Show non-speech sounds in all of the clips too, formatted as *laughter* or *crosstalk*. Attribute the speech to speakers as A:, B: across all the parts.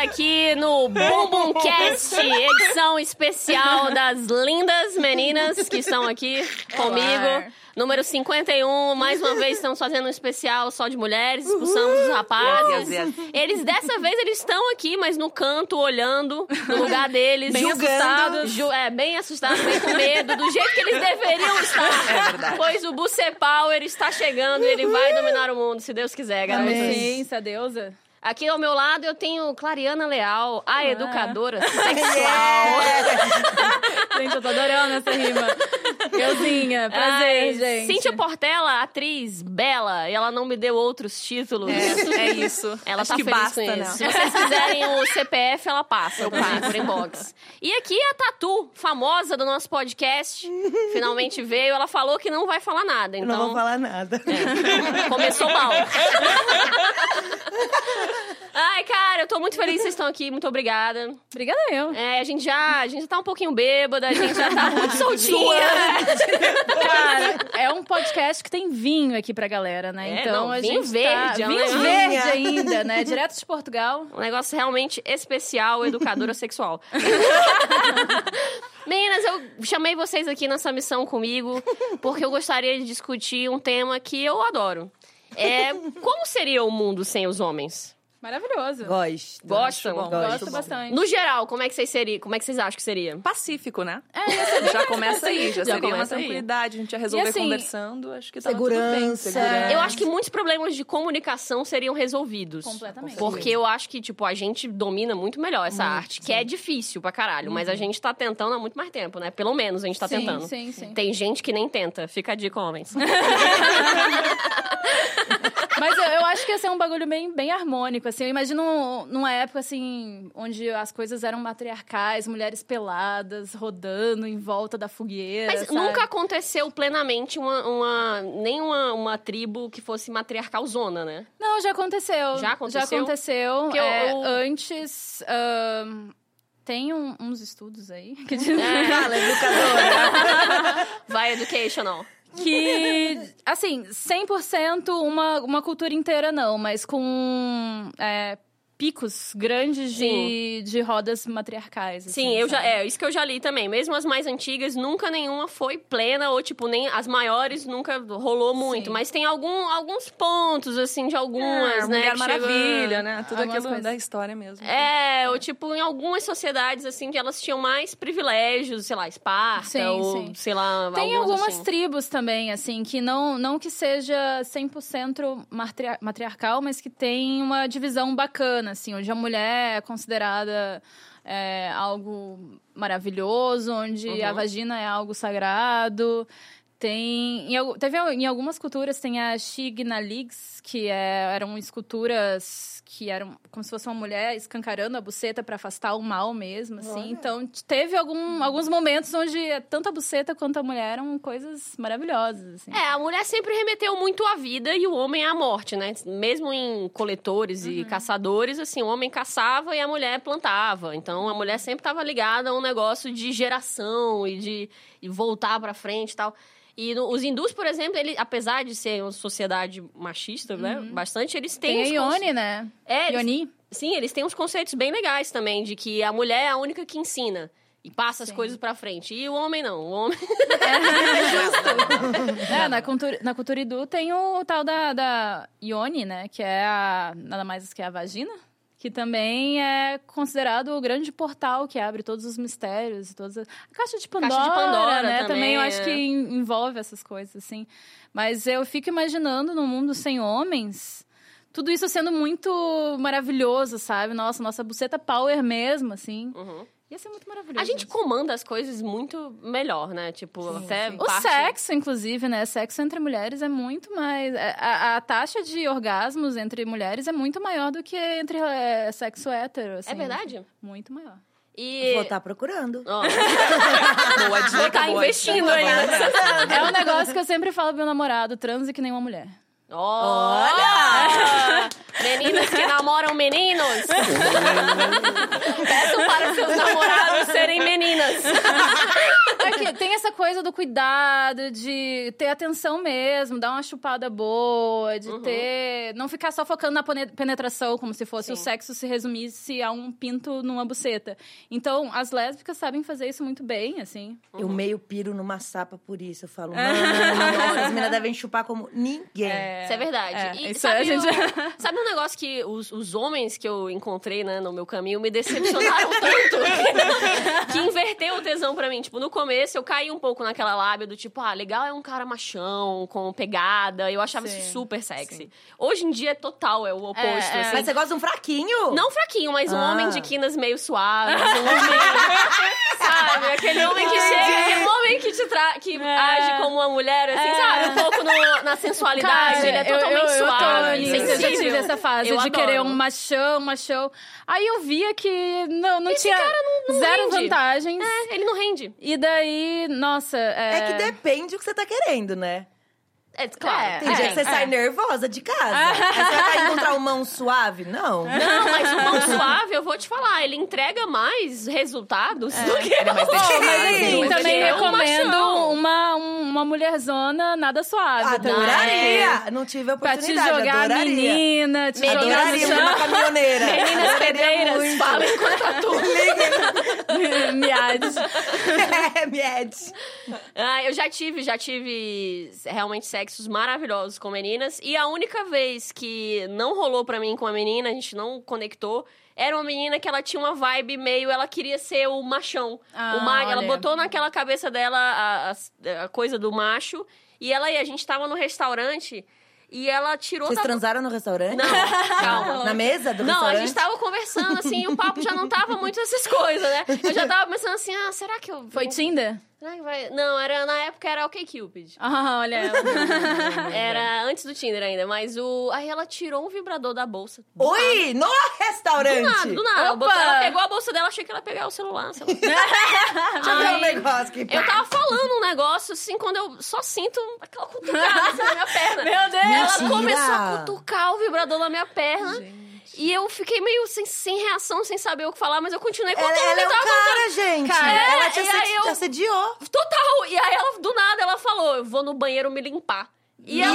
A: aqui no Bumbumcast, edição especial das lindas meninas que estão aqui comigo. Número 51, mais uma vez estamos fazendo um especial só de mulheres, expulsamos os rapazes.
B: Yes, yes,
A: Eles, dessa vez, eles estão aqui, mas no canto, olhando, no lugar deles.
C: Bem
A: assustados. Ju- é, bem assustados, bem com medo, do jeito que eles deveriam estar.
B: *laughs* É verdade.
A: Pois o Buce Power está chegando e ele vai dominar o mundo, se Deus quiser, garotas.
C: Paciência, deusa.
A: Aqui ao meu lado eu tenho Clariana Leal, a educadora sexual.
B: Yeah.
C: Gente, eu tô adorando essa rima. Euzinha, prazer,
A: Ai,
C: gente.
A: Cíntia Portela, atriz bela, e ela não me deu outros títulos.
D: É, é isso.
A: Ela
D: Acho
A: tá
D: que
A: feliz
D: basta,
A: com
D: né?
A: isso. Se vocês quiserem o CPF, ela passa também, por inbox. E aqui a Tatu, famosa do nosso podcast, finalmente veio. Ela falou que não vai falar nada,
B: Eu não vou
A: então
B: falar nada. *laughs*
A: *laughs* começou mal. Ai, cara, eu tô muito feliz que vocês estão aqui. Muito obrigada.
C: Obrigada eu.
A: É, a gente já, a gente já tá um pouquinho bêbada, a gente já tá muito soltinha.
C: Cara, é um podcast que tem vinho aqui pra galera, né?
A: É,
C: então
A: não,
C: a
A: vinho
C: gente
A: verde, é
C: tá...
A: um
C: Vinho
A: negócio.
C: verde ainda, né? Direto de Portugal.
A: Um negócio realmente especial, educadora sexual. *laughs* Meninas, eu chamei vocês aqui nessa missão comigo porque eu gostaria de discutir um tema que eu adoro. É, como seria o mundo sem os homens?
C: Maravilhoso.
B: Gosto.
A: Gostam?
B: Gosto,
C: Gosto
B: bom.
C: bastante.
A: No geral, como é que vocês seriam? Como é que vocês acham que seria?
D: Pacífico, né? É, já começa aí, já,
A: Já
D: seria uma
A: começa aí.
D: tranquilidade, a gente ia resolver
C: E assim,
D: conversando, acho que tava tudo bem.
B: segurança.
D: Segurança.
A: É. Eu acho que muitos problemas de comunicação seriam resolvidos.
C: Completamente.
A: Porque eu acho que, tipo, a gente domina muito melhor essa arte, que é difícil pra caralho, mas a gente tá tentando há muito mais tempo, né? Pelo menos a gente tá
C: Uhum. sim,
A: tentando.
C: Sim, sim.
A: Tem gente que nem tenta, fica a dica,
C: *laughs*
A: homens.
C: Mas eu, eu acho que ia ser um bagulho bem, bem harmônico, assim. Eu imagino um- numa época, assim, onde as coisas eram matriarcais, mulheres peladas, rodando em volta da fogueira,
A: Mas
C: sabe?
A: nunca aconteceu plenamente uma, uma nem uma, uma tribo que fosse matriarcal zona, né?
C: Não, já aconteceu.
A: Já aconteceu?
C: Já aconteceu.
A: Porque eu-
C: é,
A: eu-
C: Antes... ahn, tem um- uns estudos aí *laughs* que dizem...
A: *laughs*
B: Fala, educadora.
A: Vai educational.
C: Que, assim, 100% uma, uma cultura inteira não, mas com é, picos grandes de, de rodas matriarcais. assim,
A: Sim, eu já
C: sabe?
A: é isso que eu já li também. Mesmo as mais antigas, nunca nenhuma foi plena ou tipo nem as maiores nunca rolou muito.
C: Sim.
A: Mas tem algum, alguns pontos assim de algumas, né?
D: É, Mulher
A: que chegou-
D: Maravilha, né? Tudo
C: Algumas
D: aquilo
C: coisas.
D: da história mesmo.
A: É, ou tipo, em algumas sociedades, assim, que elas tinham mais privilégios, sei lá, Esparta,
C: Sim,
A: ou
C: sim.
A: sei lá,
C: Tem algumas
A: assim.
C: tribos também, assim, que não, não que seja 100% matria- matriarcal, mas que tem uma divisão bacana, assim, onde a mulher é considerada é, algo maravilhoso, onde
A: Uhum.
C: a vagina é algo sagrado. Tem. Em, al- teve, al- em algumas culturas tem a Shignalix, que é- eram esculturas que eram como se fosse uma mulher escancarando a buceta para afastar o mal mesmo, assim. Então, t- teve algum- alguns momentos onde tanto a buceta quanto a mulher eram coisas maravilhosas, assim.
A: É, a mulher sempre remeteu muito à vida e o homem à morte, né? Mesmo em coletores
C: Uhum.
A: e caçadores, assim, o homem caçava e a mulher plantava. Então a mulher sempre estava ligada a um negócio de geração e de e voltar pra frente e tal. E no- os hindus, por exemplo, ele, apesar de ser uma sociedade machista, né? Bastante, eles têm.
C: Uhum. Tem,
A: uns
C: a
A: conce-
C: Ione, né?
A: É, eles-
C: Ioni.
A: Sim, eles têm uns conceitos bem legais também, de que a mulher é a única que ensina e passa as
C: Sim.
A: coisas pra frente. E o homem não. O homem.
C: É, na cultura, na cultura hindu tem o tal da, da Ione, né? Que é a, nada mais que a vagina. Que também é considerado o grande portal que abre todos os mistérios. e Todas as- A caixa de Pandora,
A: Pandora
C: né?
A: também,
C: eu
A: é.
C: acho que en- envolve essas coisas, assim. Mas eu fico imaginando num mundo sem homens... Tudo isso sendo muito maravilhoso, sabe? Nossa, nossa buceta power mesmo, assim.
A: Uhum.
C: Ia ser muito maravilhoso.
A: A gente comanda as coisas muito melhor, né? Tipo, até
C: O
A: parte-
C: sexo, inclusive, né? Sexo entre mulheres é muito mais. é, A, a taxa de orgasmos entre mulheres é muito maior do que entre é, sexo hétero. assim.
A: É verdade?
C: Muito maior.
A: E.
B: Vou estar procurando.
A: Ó,
D: Boa dica,
A: Vou tá
D: boa dica.
A: investindo ainda.
C: É um negócio que eu sempre falo pro meu namorado: transe que nem uma mulher.
A: Olha! Meninas que namoram meninos. Peçam para seus namorados serem meninas.
C: É que tem essa coisa do cuidado, de ter atenção mesmo, dar uma chupada boa,
A: Uhum.
C: de ter. Não ficar só focando na pone- penetração, como se fosse o sexo se resumisse a um pinto numa buceta. Então, as lésbicas sabem fazer isso muito bem, assim.
B: Eu meio piro numa sapa por isso. Eu falo, mano, as meninas devem chupar como ninguém.
A: Isso é verdade.
C: É,
A: e
C: isso
A: sabe,
C: a gente-
A: o- *laughs* sabe um negócio que os, os homens que eu encontrei, né, no meu caminho, me
C: *laughs*
A: decepcionaram tanto *laughs* que inverteu o tesão pra mim. Tipo, no começo eu caí um pouco naquela lábia do tipo, ah, legal é um cara machão, com pegada. Eu achava
C: Sim,
A: isso super sexy. Hoje em dia é total, é o oposto,
C: É, é.
A: assim.
B: Mas você gosta de um
C: Tipo,
B: fraquinho?
A: Não fraquinho, mas um
B: Ah.
A: homem de quinas meio
C: *laughs*
A: suaves, um homem... sabe? Aquele homem que chega, aquele homem que te tra... que
C: É.
A: age como uma mulher, assim, sabe? Um pouco no- na sensualidade,
C: Cara,
A: ele é
C: eu- eu-
A: totalmente
C: eu,
A: suave, é
C: tô nisso, eu já tive
A: sensível.
C: essa fase
A: Eu
C: de querer
A: adoro.
C: um machão, um machão. Aí eu via que não, não tinha zero
A: rende.
C: vantagens.
A: É, ele não rende.
C: E daí, nossa. É,
B: É que depende do que você tá querendo, né?
A: É, claro.
B: Tem
C: É,
B: dia que você
C: é.
B: sai nervosa de casa. Aí você vai encontrar um mão suave? Não.
A: Não, mas o mão suave, eu vou te falar, ele entrega mais resultados
C: É.
A: do que o
B: mais dedicado.
C: Mas assim,
B: Mas
C: também
B: ele é um
C: recomendo
A: machão.
C: uma, um- uma mulherzona nada suave.
B: Ah,
C: tá?
B: Adoraria! Não tive a
C: Pra te
B: oportunidade,
C: jogar
B: adoraria.
C: menina, te jogar no
B: Adoraria uma
C: chão.
B: caminhoneira.
A: Meninas pedreiras falam enquanto atuam.
C: *laughs* Miades.
B: *laughs* é, Mied.
A: Ah, eu já tive, já tive realmente sexos maravilhosos com meninas. E a única vez que não rolou pra mim com a menina, a gente não conectou, era uma menina que ela tinha uma vibe meio... Ela queria ser o machão.
C: Ah,
A: o ma- Ela
C: olha.
A: botou naquela cabeça dela a, a- a coisa do macho. E ela e a gente tava no restaurante e ela tirou
B: Vocês
A: da...
B: transaram no restaurante?
A: tá
B: *laughs*
A: Não, calma.
B: Na mesa do
A: Não, a
B: restaurante?
A: gente tá tava conversando, assim, e o papo já não tava muito essas coisas, né? Eu já tava pensando assim, ah, será que eu...
C: Foi tipo Tinder?
A: Será que vai- Não, era, na época era OkCupid.
C: Ah, olha ela.
A: *laughs* Era antes do Tinder ainda, mas o. Aí ela tirou um vibrador da bolsa.
B: Oi, no restaurante!
A: Do nada, do nada. Ela
C: Opa!
A: botou- Ela pegou a bolsa dela, achei que ela ia pegar o celular. sei lá.
B: Deixa eu ver um negócio que
A: Eu tava falando um negócio, assim, quando eu só sinto aquela cutucada assim, na minha perna. Meu Deus! Ela
B: Mentira!
A: começou a cutucar o vibrador na minha perna. E eu fiquei meio sem, sem reação, sem saber o que falar, mas eu continuei
B: Ela,
A: contando o
B: ela
A: que
B: é um
A: tava acontecendo.
B: cara, gente.
A: Cara, é,
B: ela
A: e
B: te
A: aí
B: assedi-
A: eu-
B: te assediou.
A: Total! E aí ela, do nada, ela falou: Eu vou no banheiro me limpar. E ela.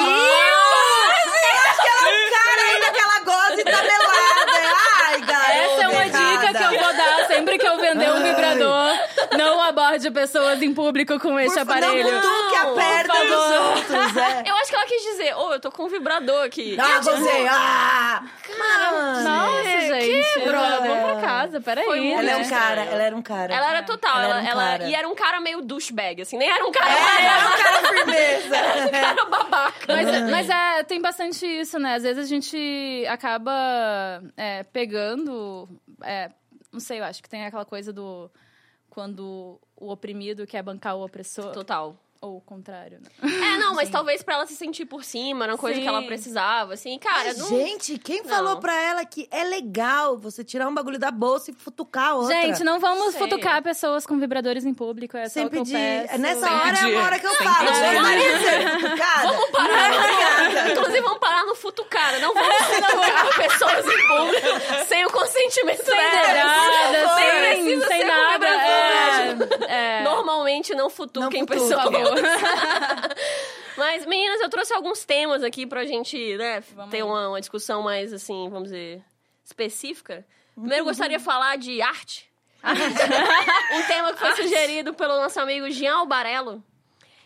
B: Acho que ela é um cara ainda que ela gosta e tá melada. Ai, garota
C: Essa é uma dica que eu vou dar sempre que eu vender um
B: Ai.
C: vibrador. Não aborde pessoas em público com este aparelho.
B: Não cutuque a
A: Não,
B: perna
A: por
B: dos outros, é.
A: *laughs* Eu acho que ela quis dizer, ô, eu tô com um vibrador aqui.
B: Ah, você, ah! Mano,
C: Nossa, gente.
B: bro?
C: Vamos pra casa, peraí.
A: Foi um-
B: Ela é
C: né?
B: um cara, ela era um cara.
A: Ela era total, ela,
B: um
A: ela-
B: cara.
A: e era um cara meio douchebag, assim, nem era um cara,
B: É,
A: era
B: era um cara
A: *laughs*
B: firmeza.
A: um cara babaca.
C: Mas, mas é, tem bastante isso, né? Às vezes a gente acaba é, pegando. é, não sei, eu acho que tem aquela coisa do. Quando o oprimido quer bancar o opressor.
A: Total.
C: Ou o contrário, né?
A: É, não, mas talvez pra ela se sentir por cima, era uma coisa
C: Sim.
A: que ela precisava, assim, cara, não...
B: Gente, quem
A: Não.
B: falou pra ela que é legal você tirar um bagulho da bolsa e futucar a outra?
C: Gente, não vamos
A: Sei.
C: futucar pessoas com vibradores em público. É só o que
B: Sempre
C: eu
B: de.
C: peço.
B: Nessa
D: Sem
B: hora é
D: pedir.
B: a hora que eu
D: Sem
B: falo. é
D: pedir.
B: Vocês maridos serem
C: *laughs*
B: futucados?
A: Vamos parar, no- *laughs* inclusive vamos parar no futucara, não vamos futucar pessoas em público sem o consentimento
C: Sem
A: dela.
C: dedada,
A: Sem
C: sem,
A: precisa
C: sem
A: ser com
C: nada.
A: vibrador.
C: É, é.
A: Normalmente não futuquem
B: Não futuquem.
A: pessoas.
C: *laughs*
A: Mas, meninas, eu trouxe alguns temas aqui pra gente, né, ter uma, uma discussão mais, assim, vamos dizer, específica. Primeiro, eu gostaria de falar de
C: *laughs*
A: arte. um tema que foi sugerido pelo nosso amigo Jean Albarello.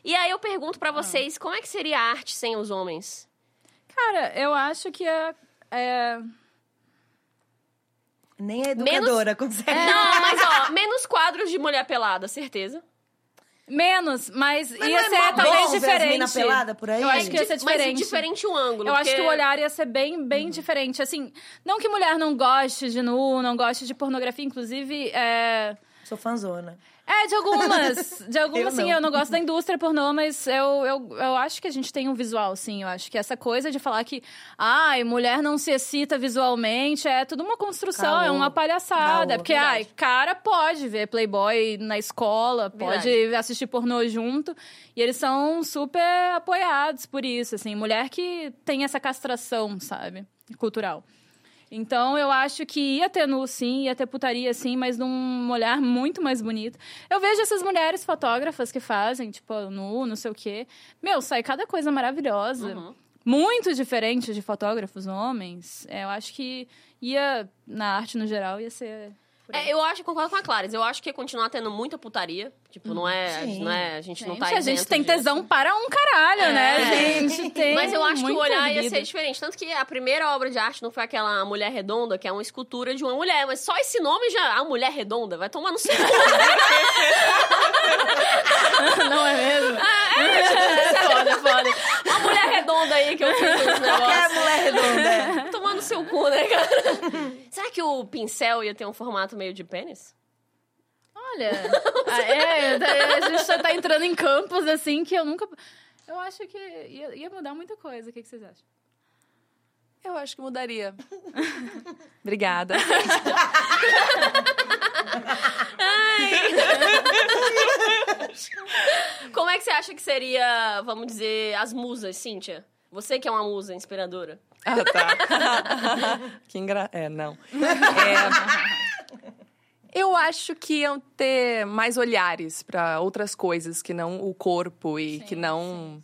A: E aí eu pergunto pra vocês, como é que seria a arte sem os homens?
C: Cara, eu acho que é. é-
B: Nem a educadora consegue.
C: É,
A: Não, mas ó, menos quadros de mulher pelada, certeza.
C: menos, mas,
B: Mas
C: ia
B: não
C: ser
B: é mó
C: talvez
B: bom ver as mina
C: diferente.
B: pelada por aí?
C: Eu acho que ia ser
A: Di- mas
C: diferente.
A: diferente o ângulo.
C: Eu acho que
A: porque-
C: o olhar ia ser bem, bem
B: Uhum.
C: diferente. Assim, não que mulher não goste de nu, não goste de pornografia, inclusive. É,
B: Sou fãzona.
C: é de algumas. De algumas,
B: Eu
C: sim.
B: não.
C: Eu não gosto da indústria pornô, mas eu, eu, eu acho que a gente tem um visual, sim. Eu acho que essa coisa de falar que, ai, mulher não se excita visualmente, é tudo uma construção,
B: Caô.
C: é uma palhaçada.
B: Caô,
C: porque,
A: verdade.
C: ai, cara pode ver Playboy na escola, pode
A: Verdade.
C: assistir pornô junto. E eles são super apoiados por isso, assim. Mulher que tem essa castração, sabe? Cultural. Então eu acho que ia ter nu, sim, ia ter putaria, sim, mas num olhar muito mais bonito. Eu vejo essas mulheres fotógrafas que fazem, tipo, nu, não sei o quê. Meu, sai cada coisa maravilhosa.
A: Uhum.
C: Muito diferente de fotógrafos homens. É, eu acho que ia, na arte no geral, ia ser. por aí.
A: É, eu acho, concordo com a Clares. Eu acho que ia continuar tendo muita putaria. Tipo, não é.
B: Sim.
A: Não é a gente não tá
C: a gente
A: isento
C: tem
A: disso.
C: tesão para um caralho, né?
B: É.
A: *laughs*
C: gente tem.
A: Mas eu acho que o
C: muita
A: olhar ia
C: vida.
A: ser diferente. Tanto que a primeira obra de arte não foi aquela Mulher Redonda, que é uma escultura de uma mulher. Mas só esse nome já. A Mulher Redonda vai tomar no seu.
C: Não é mesmo?
A: foda, foda. Uma mulher redonda aí que eu fiz esse
B: Qualquer
A: negócio.
B: mulher redonda.
A: Vai *laughs* Tomar no seu cu, né,
C: *laughs*
A: cara? Será que o pincel ia ter um formato meio de pênis?
C: *laughs* Olha, ah, é, tá- a gente já tá entrando em campos assim que eu nunca. Eu acho que ia, ia mudar muita coisa. O que, que vocês acham?
D: Eu acho que mudaria. *laughs* Obrigada.
A: Como é que você acha que seria, vamos dizer, as musas, Cíntia? Você que é uma musa inspiradora.
D: Ah, tá. *laughs* que engra... É, não. É, *laughs* Eu acho que iam ter mais olhares pra outras coisas que não o corpo e que não.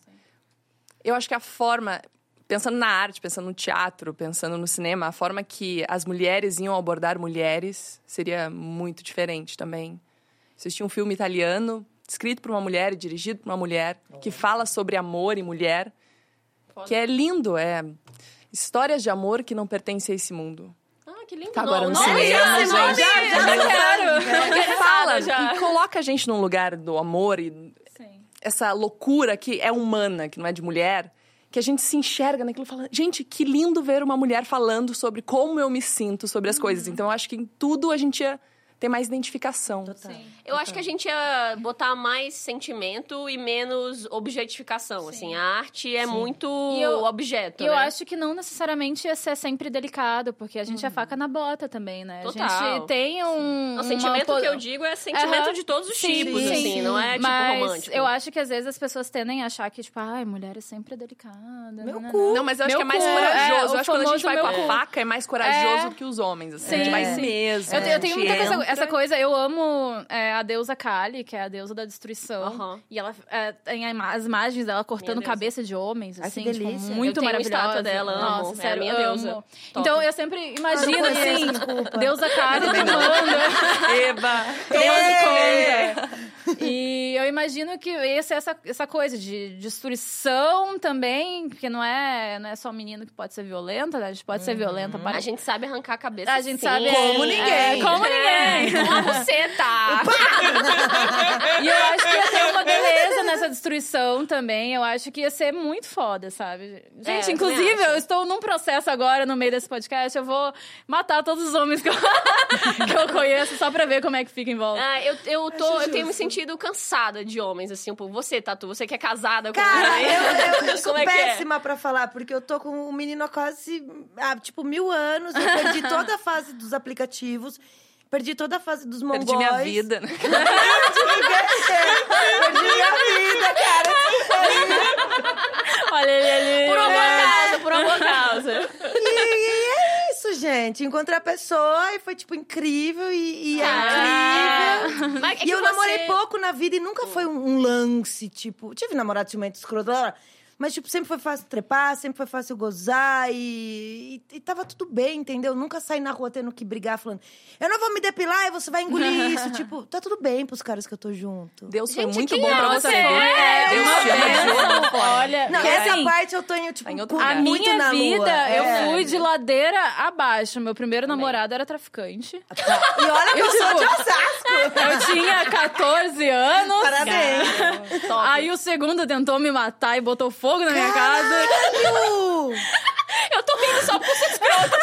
D: Eu acho que a forma, pensando na arte, pensando no teatro, pensando no cinema, a forma que as mulheres iam abordar mulheres seria muito diferente também. Assisti um filme italiano, escrito por uma mulher e dirigido por uma mulher, que fala sobre amor e mulher,
A: Foda.
D: que é lindo, é histórias de amor que não pertencem a esse mundo.
A: Ah, que lindo.
D: Tá agora no
A: Nossa,
D: cinema,
A: esse nome-
D: gente.
B: já quero.
C: *laughs*
D: Ele fala
A: já.
D: e coloca a gente num lugar do amor e
C: Sim.
D: essa loucura que é humana, que não é de mulher, que a gente se enxerga naquilo e fala, gente, que lindo ver uma mulher falando sobre como eu me sinto sobre
C: Uhum.
D: as coisas. Então eu acho que em tudo a gente ia ter mais identificação.
A: Eu acho que a gente ia botar mais sentimento e menos objetificação, assim. A arte é muito
C: E eu-
A: objeto,
C: E eu
A: né?
C: acho que não necessariamente ia ser sempre delicado, porque a gente é faca na bota também, né? A
A: Uhum. Total.
C: gente tem um.
A: O sentimento
C: uma...
A: que eu digo é sentimento
C: Aham.
A: de todos os
C: Sim,
A: tipos,
C: sim,
A: assim,
C: sim.
A: não é tipo
C: Mas
A: romântico.
C: Eu acho que às vezes as pessoas tendem a achar que, tipo, ai, mulher é sempre delicada.
B: Meu
C: nananã."
B: cu.
D: Não, mas eu acho
C: Meu
D: que é mais
C: cu, é,
D: corajoso.
C: o
D: eu acho que quando a gente
C: famoso
D: vai com a
C: meu cu.
D: faca, é mais corajoso
C: É.
D: que os homens. Assim,
C: Sim,
D: a gente vai
C: sim.
D: mesmo.
C: Eu, te- eu tenho
D: a
C: muita
A: É
D: gente
A: um
C: coisa,
D: entra.
C: essa coisa, eu amo é, a deusa Kali, que é a deusa da destruição.
A: Aham.
C: E ela é, tem a ima- as imagens dela cortando
A: deusa.
C: cabeça de homens,
B: Ai, que
C: assim, tipo,
B: delícia.
C: muito
A: Eu tenho uma
C: maravilhosa.
A: estátua dela, amo.
C: Nossa,
A: É a
C: sério,
A: minha
C: amo.
A: deusa. Top.
C: Então eu sempre imagino, assim,
B: desculpa.
C: deusa Kali tomando.
D: *laughs* Eba!
B: Ei!
C: É. e eu imagino que ia ser essa, essa coisa de destruição também, porque não é, não é só menino que pode ser violenta, né? a gente pode ser violenta para
A: A gente sabe arrancar a cabeça.
C: a gente
A: sim.
C: sabe.
B: Como
C: é,
B: ninguém.
C: como ninguém.
A: Como você
B: *laughs*
A: tá?
C: E eu acho que ia ter uma beleza nessa destruição também. Eu acho que ia ser muito foda, sabe?
A: É, eu
C: Gente,
A: também
C: inclusive,
A: acho.
C: eu estou num processo agora no meio desse podcast. Eu vou matar todos os homens que eu, *laughs* que eu conheço só pra ver como é que fica em volta.
A: Ah, eu, eu, tô, eu tenho me sentido cansada de homens, assim, por você, Tatu, você que é casada com
B: Cara,
A: homem.
B: eu, eu- eu sou
A: Como é que é?
B: péssima pra falar, porque eu tô com o menino há quase, ah, tipo, mil anos.
A: *laughs*
B: Eu perdi toda a fase dos aplicativos, perdi toda a fase dos mongóis.
D: Perdi minha
B: *laughs*
D: vida. né?
B: Perdi minha vida, cara.
C: Olha ele ali.
A: *laughs* Por alguma
B: É.
A: causa, por alguma causa.
B: E, e é isso, gente. Encontrei a pessoa e foi, tipo, incrível e, e é
A: Ah.
B: incrível.
A: Mas é
B: e
A: que
B: eu namorei
A: você-
B: pouco na vida e nunca foi um, um lance, tipo. Tive namorado ciumento escroto, blá, blá, mas, tipo, sempre foi fácil trepar, sempre foi fácil gozar e, e, e tava tudo bem, entendeu? Nunca saí na rua tendo que brigar, falando, eu não vou me depilar e você vai engolir isso. tipo, tá tudo bem pros caras que eu tô junto.
D: Deus foi
A: Gente,
D: muito
A: quem
D: bom
A: é
D: pra
A: você?
D: você.
A: É,
D: Deus
C: uma
D: te ama de
C: bênção.
D: outra forma.
C: Olha,
B: Não,
C: e
B: essa
C: assim,
B: parte eu tô, em, tipo,
D: Tá em outro
B: muito
C: A
D: lugar.
B: na
C: minha
B: lua.
C: vida, eu
B: É.
C: fui de ladeira abaixo. Meu primeiro namorado
B: *laughs*
C: era traficante.
B: E olha que eu,
C: Eu,
B: sou
C: tipo,
B: de
C: *laughs*
B: Osasco!
C: Eu tinha 14 anos.
B: Parabéns!
A: Top.
C: Aí o segundo tentou me matar e botou fogo na minha casa.
B: Caralho!
A: Eu tô rindo só por ser escrota.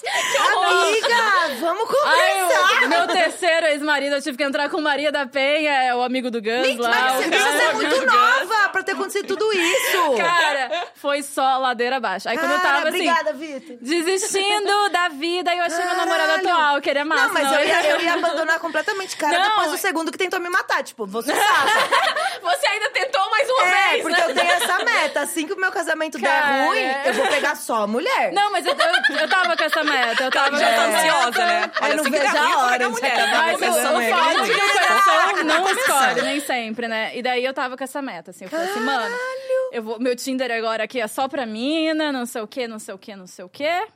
A: que horror.
B: Amiga, vamos
C: Aí
B: conversar!
C: o meu terceiro ex-marido, eu tive que entrar com Maria da Penha, é o amigo do Gus
B: Gente,
C: lá.
B: mas
C: o
B: você,
C: cara-
B: você é muito nova pra ter acontecido tudo isso!
C: Cara, foi só ladeira abaixo. Aí quando eu
B: Cara,
C: tava assim,
B: obrigada, Vitor.
C: desistindo da vida, eu achei meu namorado
B: Caralho.
C: atual, que ele é massa.
B: Não, mas eu ia, eu ia abandonar completamente, cara,
C: Não,
B: depois do
C: é-
B: segundo que tentou me matar. Tipo, você sabe.
A: Você ainda tentou, mais uma
B: É,
A: vez,
B: porque
A: né?
B: eu tenho essa meta. Assim que o meu casamento
C: Cara.
B: der ruim, eu vou pegar só a mulher. É.
C: Não, mas eu, eu, eu tava com essa meta. Eu tava com
D: Já tá
C: essa meta.
D: ansiosa, né?
B: Eu não
D: assim que dá
B: vejo a
D: ruim, eu vou
B: hora
D: pegar
B: de
D: mulher.
B: acabar
D: Tá
B: esse
C: Mas
D: começando
C: não
B: casamento.
D: aí.
C: fala
B: Tá
C: de coração, não escolhe, nem sempre, né? E daí eu tava com essa meta, assim, eu falei assim, mano, eu vou, meu Tinder agora aqui é só pra mina, não sei o quê, não sei o quê, não sei o quê.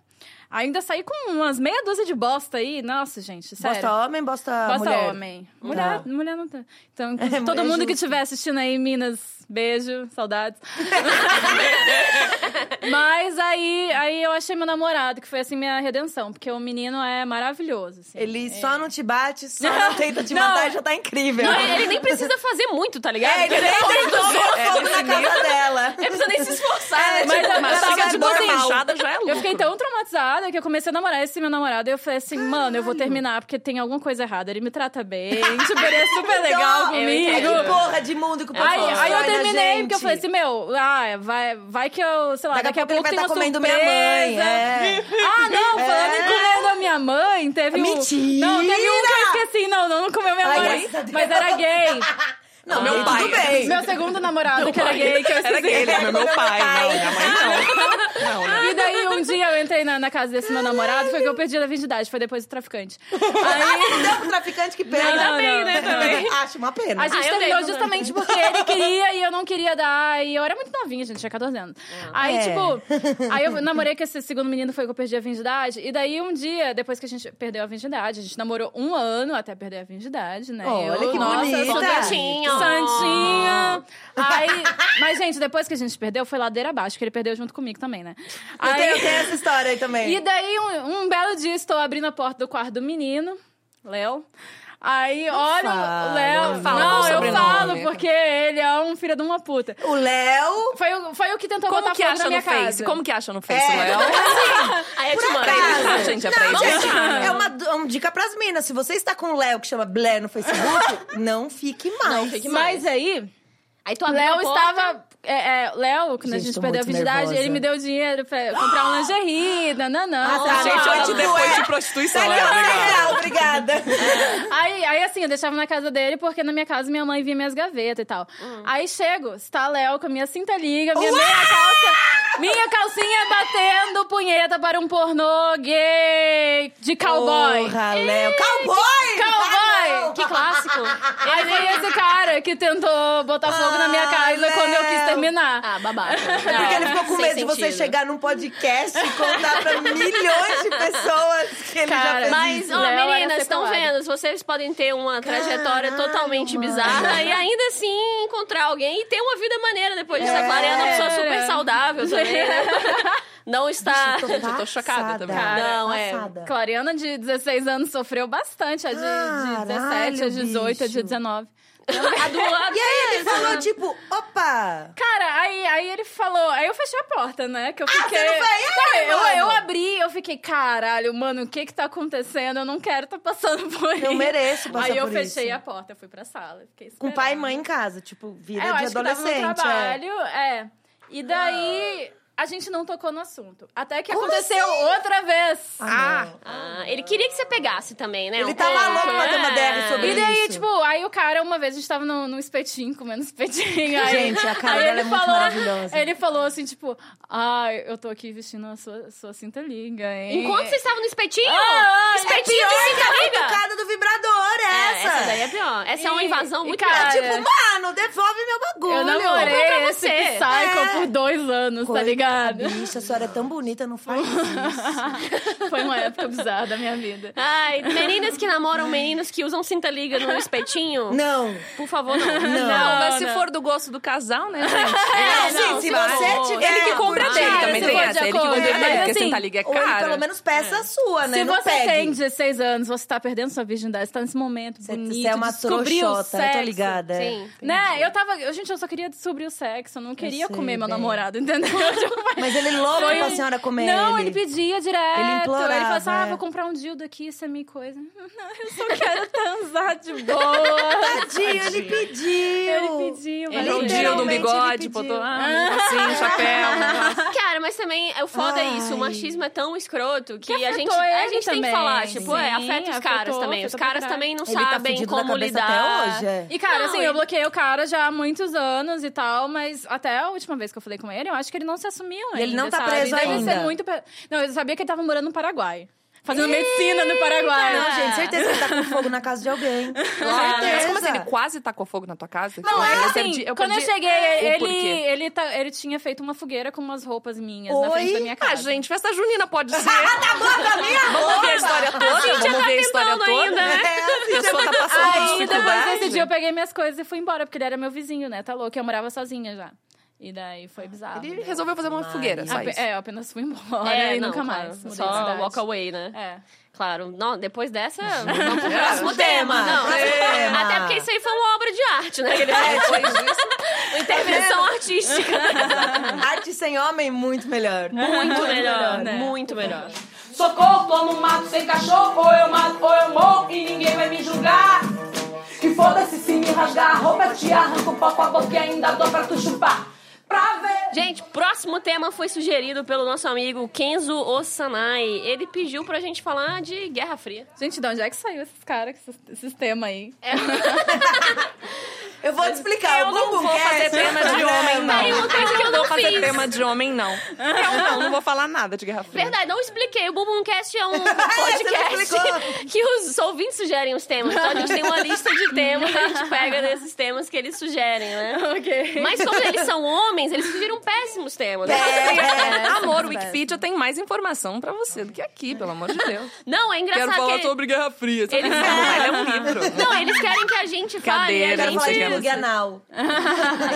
C: Ainda saí com umas meia dúzia de bosta aí, nossa, gente, sério.
B: Bosta homem, bosta,
C: Bosta
B: mulher.
C: homem. Mulher,
B: Tá.
C: mulher não tem. Então,
B: mulher
C: todo mundo que
B: justo.
C: estiver assistindo aí, Minas, beijo, saudades. *laughs* Mas aí, aí eu achei meu namorado, que foi assim minha redenção, porque o menino é maravilhoso. assim.
B: Ele só não te bate, só não tenta te matar, já tá incrível.
A: Não, ele nem precisa fazer muito, tá ligado?
B: É, ele nem tentou
C: É,
B: pôr fogo na casa dela.
A: Ele precisa nem se esforçar,
B: É,
A: né?
C: Mas eu-
D: Mas
C: eu
D: chega
C: tava,
D: de
C: tipo assim,
D: boca inchada, já é
C: eu
D: louco.
C: fiquei tão traumatizada que eu comecei a namorar esse meu namorado. E eu falei assim, mano, eu vou terminar porque tem alguma coisa errada. Ele me trata bem, *laughs* tipo, ele é super legal
B: Não, é
C: comigo.
B: Que porra de mundo que o povo
C: Aí,
B: constrói
C: aí eu
B: na
C: terminei,
B: gente.
C: porque eu falei assim, meu, ah, vai, vai que eu, sei lá,
B: Daqui a
C: daqui, a
B: pouco
C: pouco,
B: ele vai
C: tem
B: tá
C: uma
B: comendo minha
C: surpresa.
B: mãe, é.
C: Ah, não, falando em comendo a minha mãe, teve um...
B: Mentira!
C: Não, teve um que eu esqueci, não, não, não comeu minha
B: Ai,
C: mãe,
B: graças a Deus.
C: mas era gay.
B: Não,
D: meu
B: meu
D: pai.
B: Tudo bem.
C: Meu segundo namorado, que era gay, que eu
D: Era
C: esqueci.
B: é
D: aquele, era é meu pai.
C: assim,
D: Não, minha mãe não. Não, não.
C: E daí, um dia eu entrei na, na casa desse meu namorado, foi que eu perdi a virgindade, foi depois do traficante. Aí,
B: Ah, Não, pro traficante que pena.
C: Ainda bem, né,
A: também.
B: Acho uma pena.
C: a gente
A: eu
C: terminou
A: dei,
C: justamente porque ele queria e eu não queria dar. E eu era muito novinha, gente, tinha 14 anos. Aí,
B: É.
C: tipo, aí eu namorei com esse segundo menino, foi que eu perdi a virgindade. E daí, um dia, depois que a gente perdeu a virgindade, a gente namorou um ano até perder a virgindade, né?
B: Olha
C: eu,
B: que
C: nossa,
B: bonita.
C: sou
A: Santinho.
B: Santinha.
C: Santinha. Aí, mas, gente, depois que a gente perdeu, foi ladeira abaixo, que ele perdeu junto comigo também, né?
B: Eu tenho,
C: Aí,
B: eu tenho essa história aí também.
D: É.
C: e daí, um, um belo dia, estou abrindo a porta do quarto do menino, Léo. Aí, olha
B: fala,
C: o Léo.
D: não fala
C: não,
D: com o
C: eu
D: sobrenome.
C: falo, porque ele é um filho de uma puta.
B: O Léo...
C: Foi, o- foi o que tentou
D: Como
C: botar
D: que
C: Então fogo na
D: acha no
C: minha casa.
D: Face? Como que acha no Face,
B: É.
D: Léo?
A: Aí eu te mando.
D: acaso.
A: Tá,
D: deixar, gente, é pra
B: não,
D: ele
B: gente, é uma, é uma dica pras minas. Se você está com o Léo que chama Blé no *laughs* Facebook, não fique mais. Não fique
C: Mas aí,
A: Aí tu
C: o
A: abriu
C: Léo
A: a porta.
C: estava... é, é, Léo, quando
B: Gente,
C: a gente
B: tô
C: perdeu a
B: muito
C: virgindade,
B: nervosa.
C: ele me deu dinheiro pra comprar um lingerie, nananã.
B: Ah, tá,
D: Gente,
B: Ah,
D: hoje
B: tu
D: depois
B: é.
D: de prostituição, né,
B: Segue
D: Léo.
B: o
D: obrigado.
B: Léo, obrigada.
C: Aí, aí, assim, eu deixava na casa dele, porque na minha casa minha mãe via minhas gavetas e tal.
B: Hum.
C: Aí chego, está Léo com a minha cinta liga, minha meia calça, minha calcinha batendo punheta para um pornô gay de cowboy.
B: Porra, Léo. Cowboy! Ah,
C: Cowboy!
B: não.
C: Que clássico! Aí foi esse cara que tentou botar fogo na minha
B: Ah,
C: casa quando eu quis
B: Léo.
C: terminar.
A: Ah, babaca. Não,
B: *laughs* Porque ele ficou com
A: sem
B: medo de você
A: sentido.
B: chegar num podcast e contar pra milhões de pessoas que ele já
C: Cara,
B: fez
A: Mas,
B: isso.
A: ó,
C: Léo era
A: meninas, estão
C: sequelado.
A: vendo? Vocês podem ter uma trajetória
B: Caralho,
A: totalmente
B: mano.
A: bizarra e ainda assim encontrar alguém e ter uma vida maneira depois disso.
B: É.
A: A Clara é uma pessoa super saudável também, né? *laughs* Não está.
D: tô chocada também.
A: Não, é.
B: Passada.
C: Clariana, de 16 anos, sofreu bastante. A de, de 17, a
B: Caralho,
C: 18, a de
B: bicho.
C: 19.
A: A *laughs* do lado.
B: E aí ele falou, tipo, opa!
C: Cara, aí, aí ele falou. Aí eu fechei a porta, né? Que eu fiquei.
B: você não foi? Ah,
C: Não, eu,
B: mano.
C: eu abri, eu fiquei, caralho, mano, o que que tá acontecendo? Eu não quero tá passando por isso.
B: Eu mereço passar
C: Aí eu
B: por
C: fechei
B: isso.
C: a porta, eu fui pra sala. Fiquei
B: Com
C: esperando.
B: pai e mãe em casa, tipo, vida
C: É, eu
B: de
C: acho que tava
B: adolescente.
C: no
B: é. Ah.
C: trabalho, é. E daí. A gente não tocou no assunto. Até que
B: Como
C: aconteceu
B: assim?
C: outra vez.
B: Ah, não.
A: Ah, ele queria que você pegasse também, né?
B: Ele
A: Um
B: tava
A: pouco.
B: louco pra ter uma DR sobre
C: E daí,
B: isso.
C: tipo, aí o cara, uma vez, a gente tava num, num espetinho, comendo um espetinho. Aí,
B: Gente, a cara
C: aí
B: dela
C: ele
B: é muito
C: falou-
B: maravilhosa.
C: Ele falou assim, tipo, ah, eu tô aqui vestindo a sua, sua cinta liga, hein?
A: Enquanto vocês estavam no espetinho,
C: Ah, ah,
A: espetinho de
B: Pior que a
A: cinta liga.
B: cutucada do vibrador,
A: É,
B: essa!
A: essa daí é pior. Essa é uma
C: E-
A: invasão
C: e,
A: muito
C: cara,
A: grave.
B: É Tipo, mano, devolve meu bagulho!
C: Eu
A: Comprei
C: namorei
A: pra
C: esse
A: você.
C: psycho
B: É.
C: por dois anos, tá
B: Coitada,
C: ligado?
B: Bicha, a senhora é tão bonita, não faz isso.
C: *laughs* Foi uma época bizarra da minha vida.
A: Ai, meninas que namoram meninos que usam cinta liga no espetinho,
B: *laughs* Não.
A: por favor, *laughs* não.
B: Não.
D: Não, mas
C: não.
D: se for do gosto do casal, né, gente?
B: É,
A: não,
B: sim, se
A: vai.
B: você tiver...
D: Ele que compra
B: curtindo,
D: dele
C: Cara,
D: também
C: se
D: tem
C: for
D: essa.
C: de
D: Ele que
C: acordo,
D: compra dele,
C: mas
D: porque
C: assim,
D: senta liga é
B: Ou ele, pelo
D: cara.
B: menos peça a sua, né?
C: Se
B: não
C: você
B: pegue.
C: tem 16 anos, você tá perdendo sua virgindade, você tá nesse momento
B: Você-
C: bonito,
B: Você é uma
C: descobriu o
B: trouxota, eu tô
C: sexo.
B: ligada.
A: Sim.
C: Né? Eu tava. eu- Gente, eu só queria descobrir o sexo. Eu não queria
B: sei,
C: comer meu
B: bem.
C: namorado, entendeu? *laughs* Tipo, mas-
B: Mas ele louco
C: Foi
B: pra
C: um-
B: senhora comer
C: Não,
B: ele.
C: ele pedia direto.
B: Ele implorava,
C: falava assim: ah,
B: é.
C: vou comprar um dildo aqui, isso é minha coisa. *laughs* Eu só quero *laughs* transar de boa.
B: Tadinho, ele pediu.
C: Ele pediu, mas
D: Comprou um dia no
B: Literalmente, ele
D: bigode,
B: pediu.
D: botou ah, assim, chapéu.
A: Cara, mas também é, o foda é isso. O
B: Ai.
A: machismo é tão escroto que,
C: Que
A: a gente,
C: afetou
A: a
C: ele
A: gente tem que
C: também.
A: falar. Tipo, é,
C: Sim,
A: afeta os
C: afetou,
A: caras também. Os
C: afetou pra
A: caras
C: caralho.
A: também não
B: Ele tá
A: sabem
B: fudido da
A: como
B: cabeça até
A: lidar
B: Até hoje, é.
C: E, cara,
A: Não,
C: assim,
A: e-
C: eu bloqueei o cara já há muitos anos e tal, mas até a última vez que eu falei com ele, eu acho que ele não se assumiu ainda.
B: Ele não tá
C: sabe?
B: preso
C: Deve
B: ainda.
C: Ser muito... pe- Não, eu sabia que ele tava morando no Paraguai. Fazendo medicina no Paraguai.
B: Não, gente, certeza que ele tá com fogo na casa de alguém.
D: Mas
B: certeza.
D: como assim? Ele quase tacou fogo na tua casa?
C: Não, é
D: eu
C: assim,
D: perdi- eu
C: quando eu
D: perdi É,
C: cheguei,
D: o
C: ele,
D: porquê.
C: ele, tá- ele tinha feito uma fogueira com umas roupas minhas na
B: Oi?
C: frente da minha casa.
D: Ah, gente, festa junina pode ser. *laughs* Vamos ver a história toda,
A: já
D: vamos
A: tá
D: ver a história
A: tentando
D: toda.
A: ainda, né?
D: A pessoa tá passando por
C: Aí depois
D: dificuldade.
C: desse dia eu peguei minhas coisas e fui embora, porque ele era meu vizinho, né? Tá louco, eu morava sozinha já. E daí foi bizarro.
D: Ele
C: né?
D: resolveu fazer uma fogueira, só
C: Ape-
D: isso.
C: É, eu apenas fui embora *laughs* e
A: É, não,
C: nunca
A: claro,
C: mais. mudei de
A: Só
C: cidade.
A: walk away, né?
C: É.
A: Claro. Não, depois dessa, *laughs* vamos pro próximo tema.
B: Tema,
A: Não,
B: tema.
A: Até porque isso aí foi uma obra de arte, né? Que ele fez. uma intervenção artística.
B: Arte sem homem, muito melhor.
A: Muito melhor,
B: melhor,
A: né? muito melhor.
E: Socorro, tô no mato sem cachorro, ou eu mato ou eu morro e ninguém vai me julgar. Que foda-se se me rasgar a roupa, te arranco o pau com a boca e ainda dou pra tu chupar. Pra ver.
A: Gente, próximo tema foi sugerido pelo nosso amigo Kenzo Osanai. Ele pediu pra gente falar de Guerra Fria.
C: Gente, de onde é que saiu esses caras, esses, esses temas aí?
B: Eu vou te explicar.
D: Eu
B: o
D: não
B: Bumbum
D: vou
B: Cast-
D: fazer tema de homem, não.
A: Tem um tema que eu não
D: vou fazer
A: fiz.
D: tema de homem, não. Eu não, não vou falar nada de Guerra Fria.
A: Verdade, não expliquei. O Bumbumcast é um
B: você não
A: podcast que os ouvintes sugerem os temas. Então a gente tem uma lista de temas, a gente pega desses temas que eles sugerem, né?
C: ok.
A: Mas como eles são homens, eles sugiram péssimos temas.
B: É,
D: Amor, o Wikipedia tem mais informação pra você do que aqui, pelo amor de Deus.
A: Não, é engraçado
D: Quero falar
A: que...
D: sobre Guerra Fria. sabe?
A: Eles-
D: Não, ele é um
A: *laughs*
D: livro.
A: Não, eles querem que a gente fale. e a
D: Cadeira,
B: Quero falar de
A: gente...
D: Gente,
B: plug anal.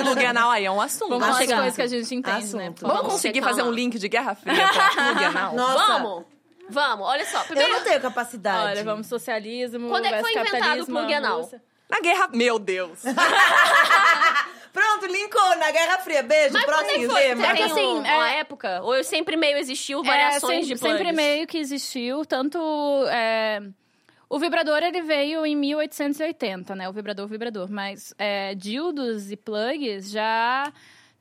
D: Pluganal aí é um assunto.
C: Vamos falar
B: Assunto.
C: de coisas que a gente entende,
B: Assunto.
C: né? por favor.
D: Vamos
A: Vamos
D: conseguir
A: checar
D: fazer
A: lá.
D: um link de Guerra Fria pra Pluganal?
B: Nossa.
A: Vamos, vamos. Olha só,
B: Eu
A: primeiro...
B: não tenho capacidade.
C: Olha, vamos socialismo,
A: Quando é que foi
C: versus
A: inventado o
C: capitalismo,
A: plug anal?
C: Rússia.
D: Na guerra. Meu Deus!
B: Pronto, linkou na Guerra Fria. Beijo,
A: Mas quando é que
B: próximo
A: foi?
B: tema.
A: Será que assim,
C: Assim, É,
A: uma época? Ou sempre meio existiu Tipo, variações
C: sempre,
A: de plugs?
C: Sempre meio que existiu, tanto... é, o vibrador, ele veio em 1880, né? O vibrador, o vibrador. Mas é, dildos e plugs já...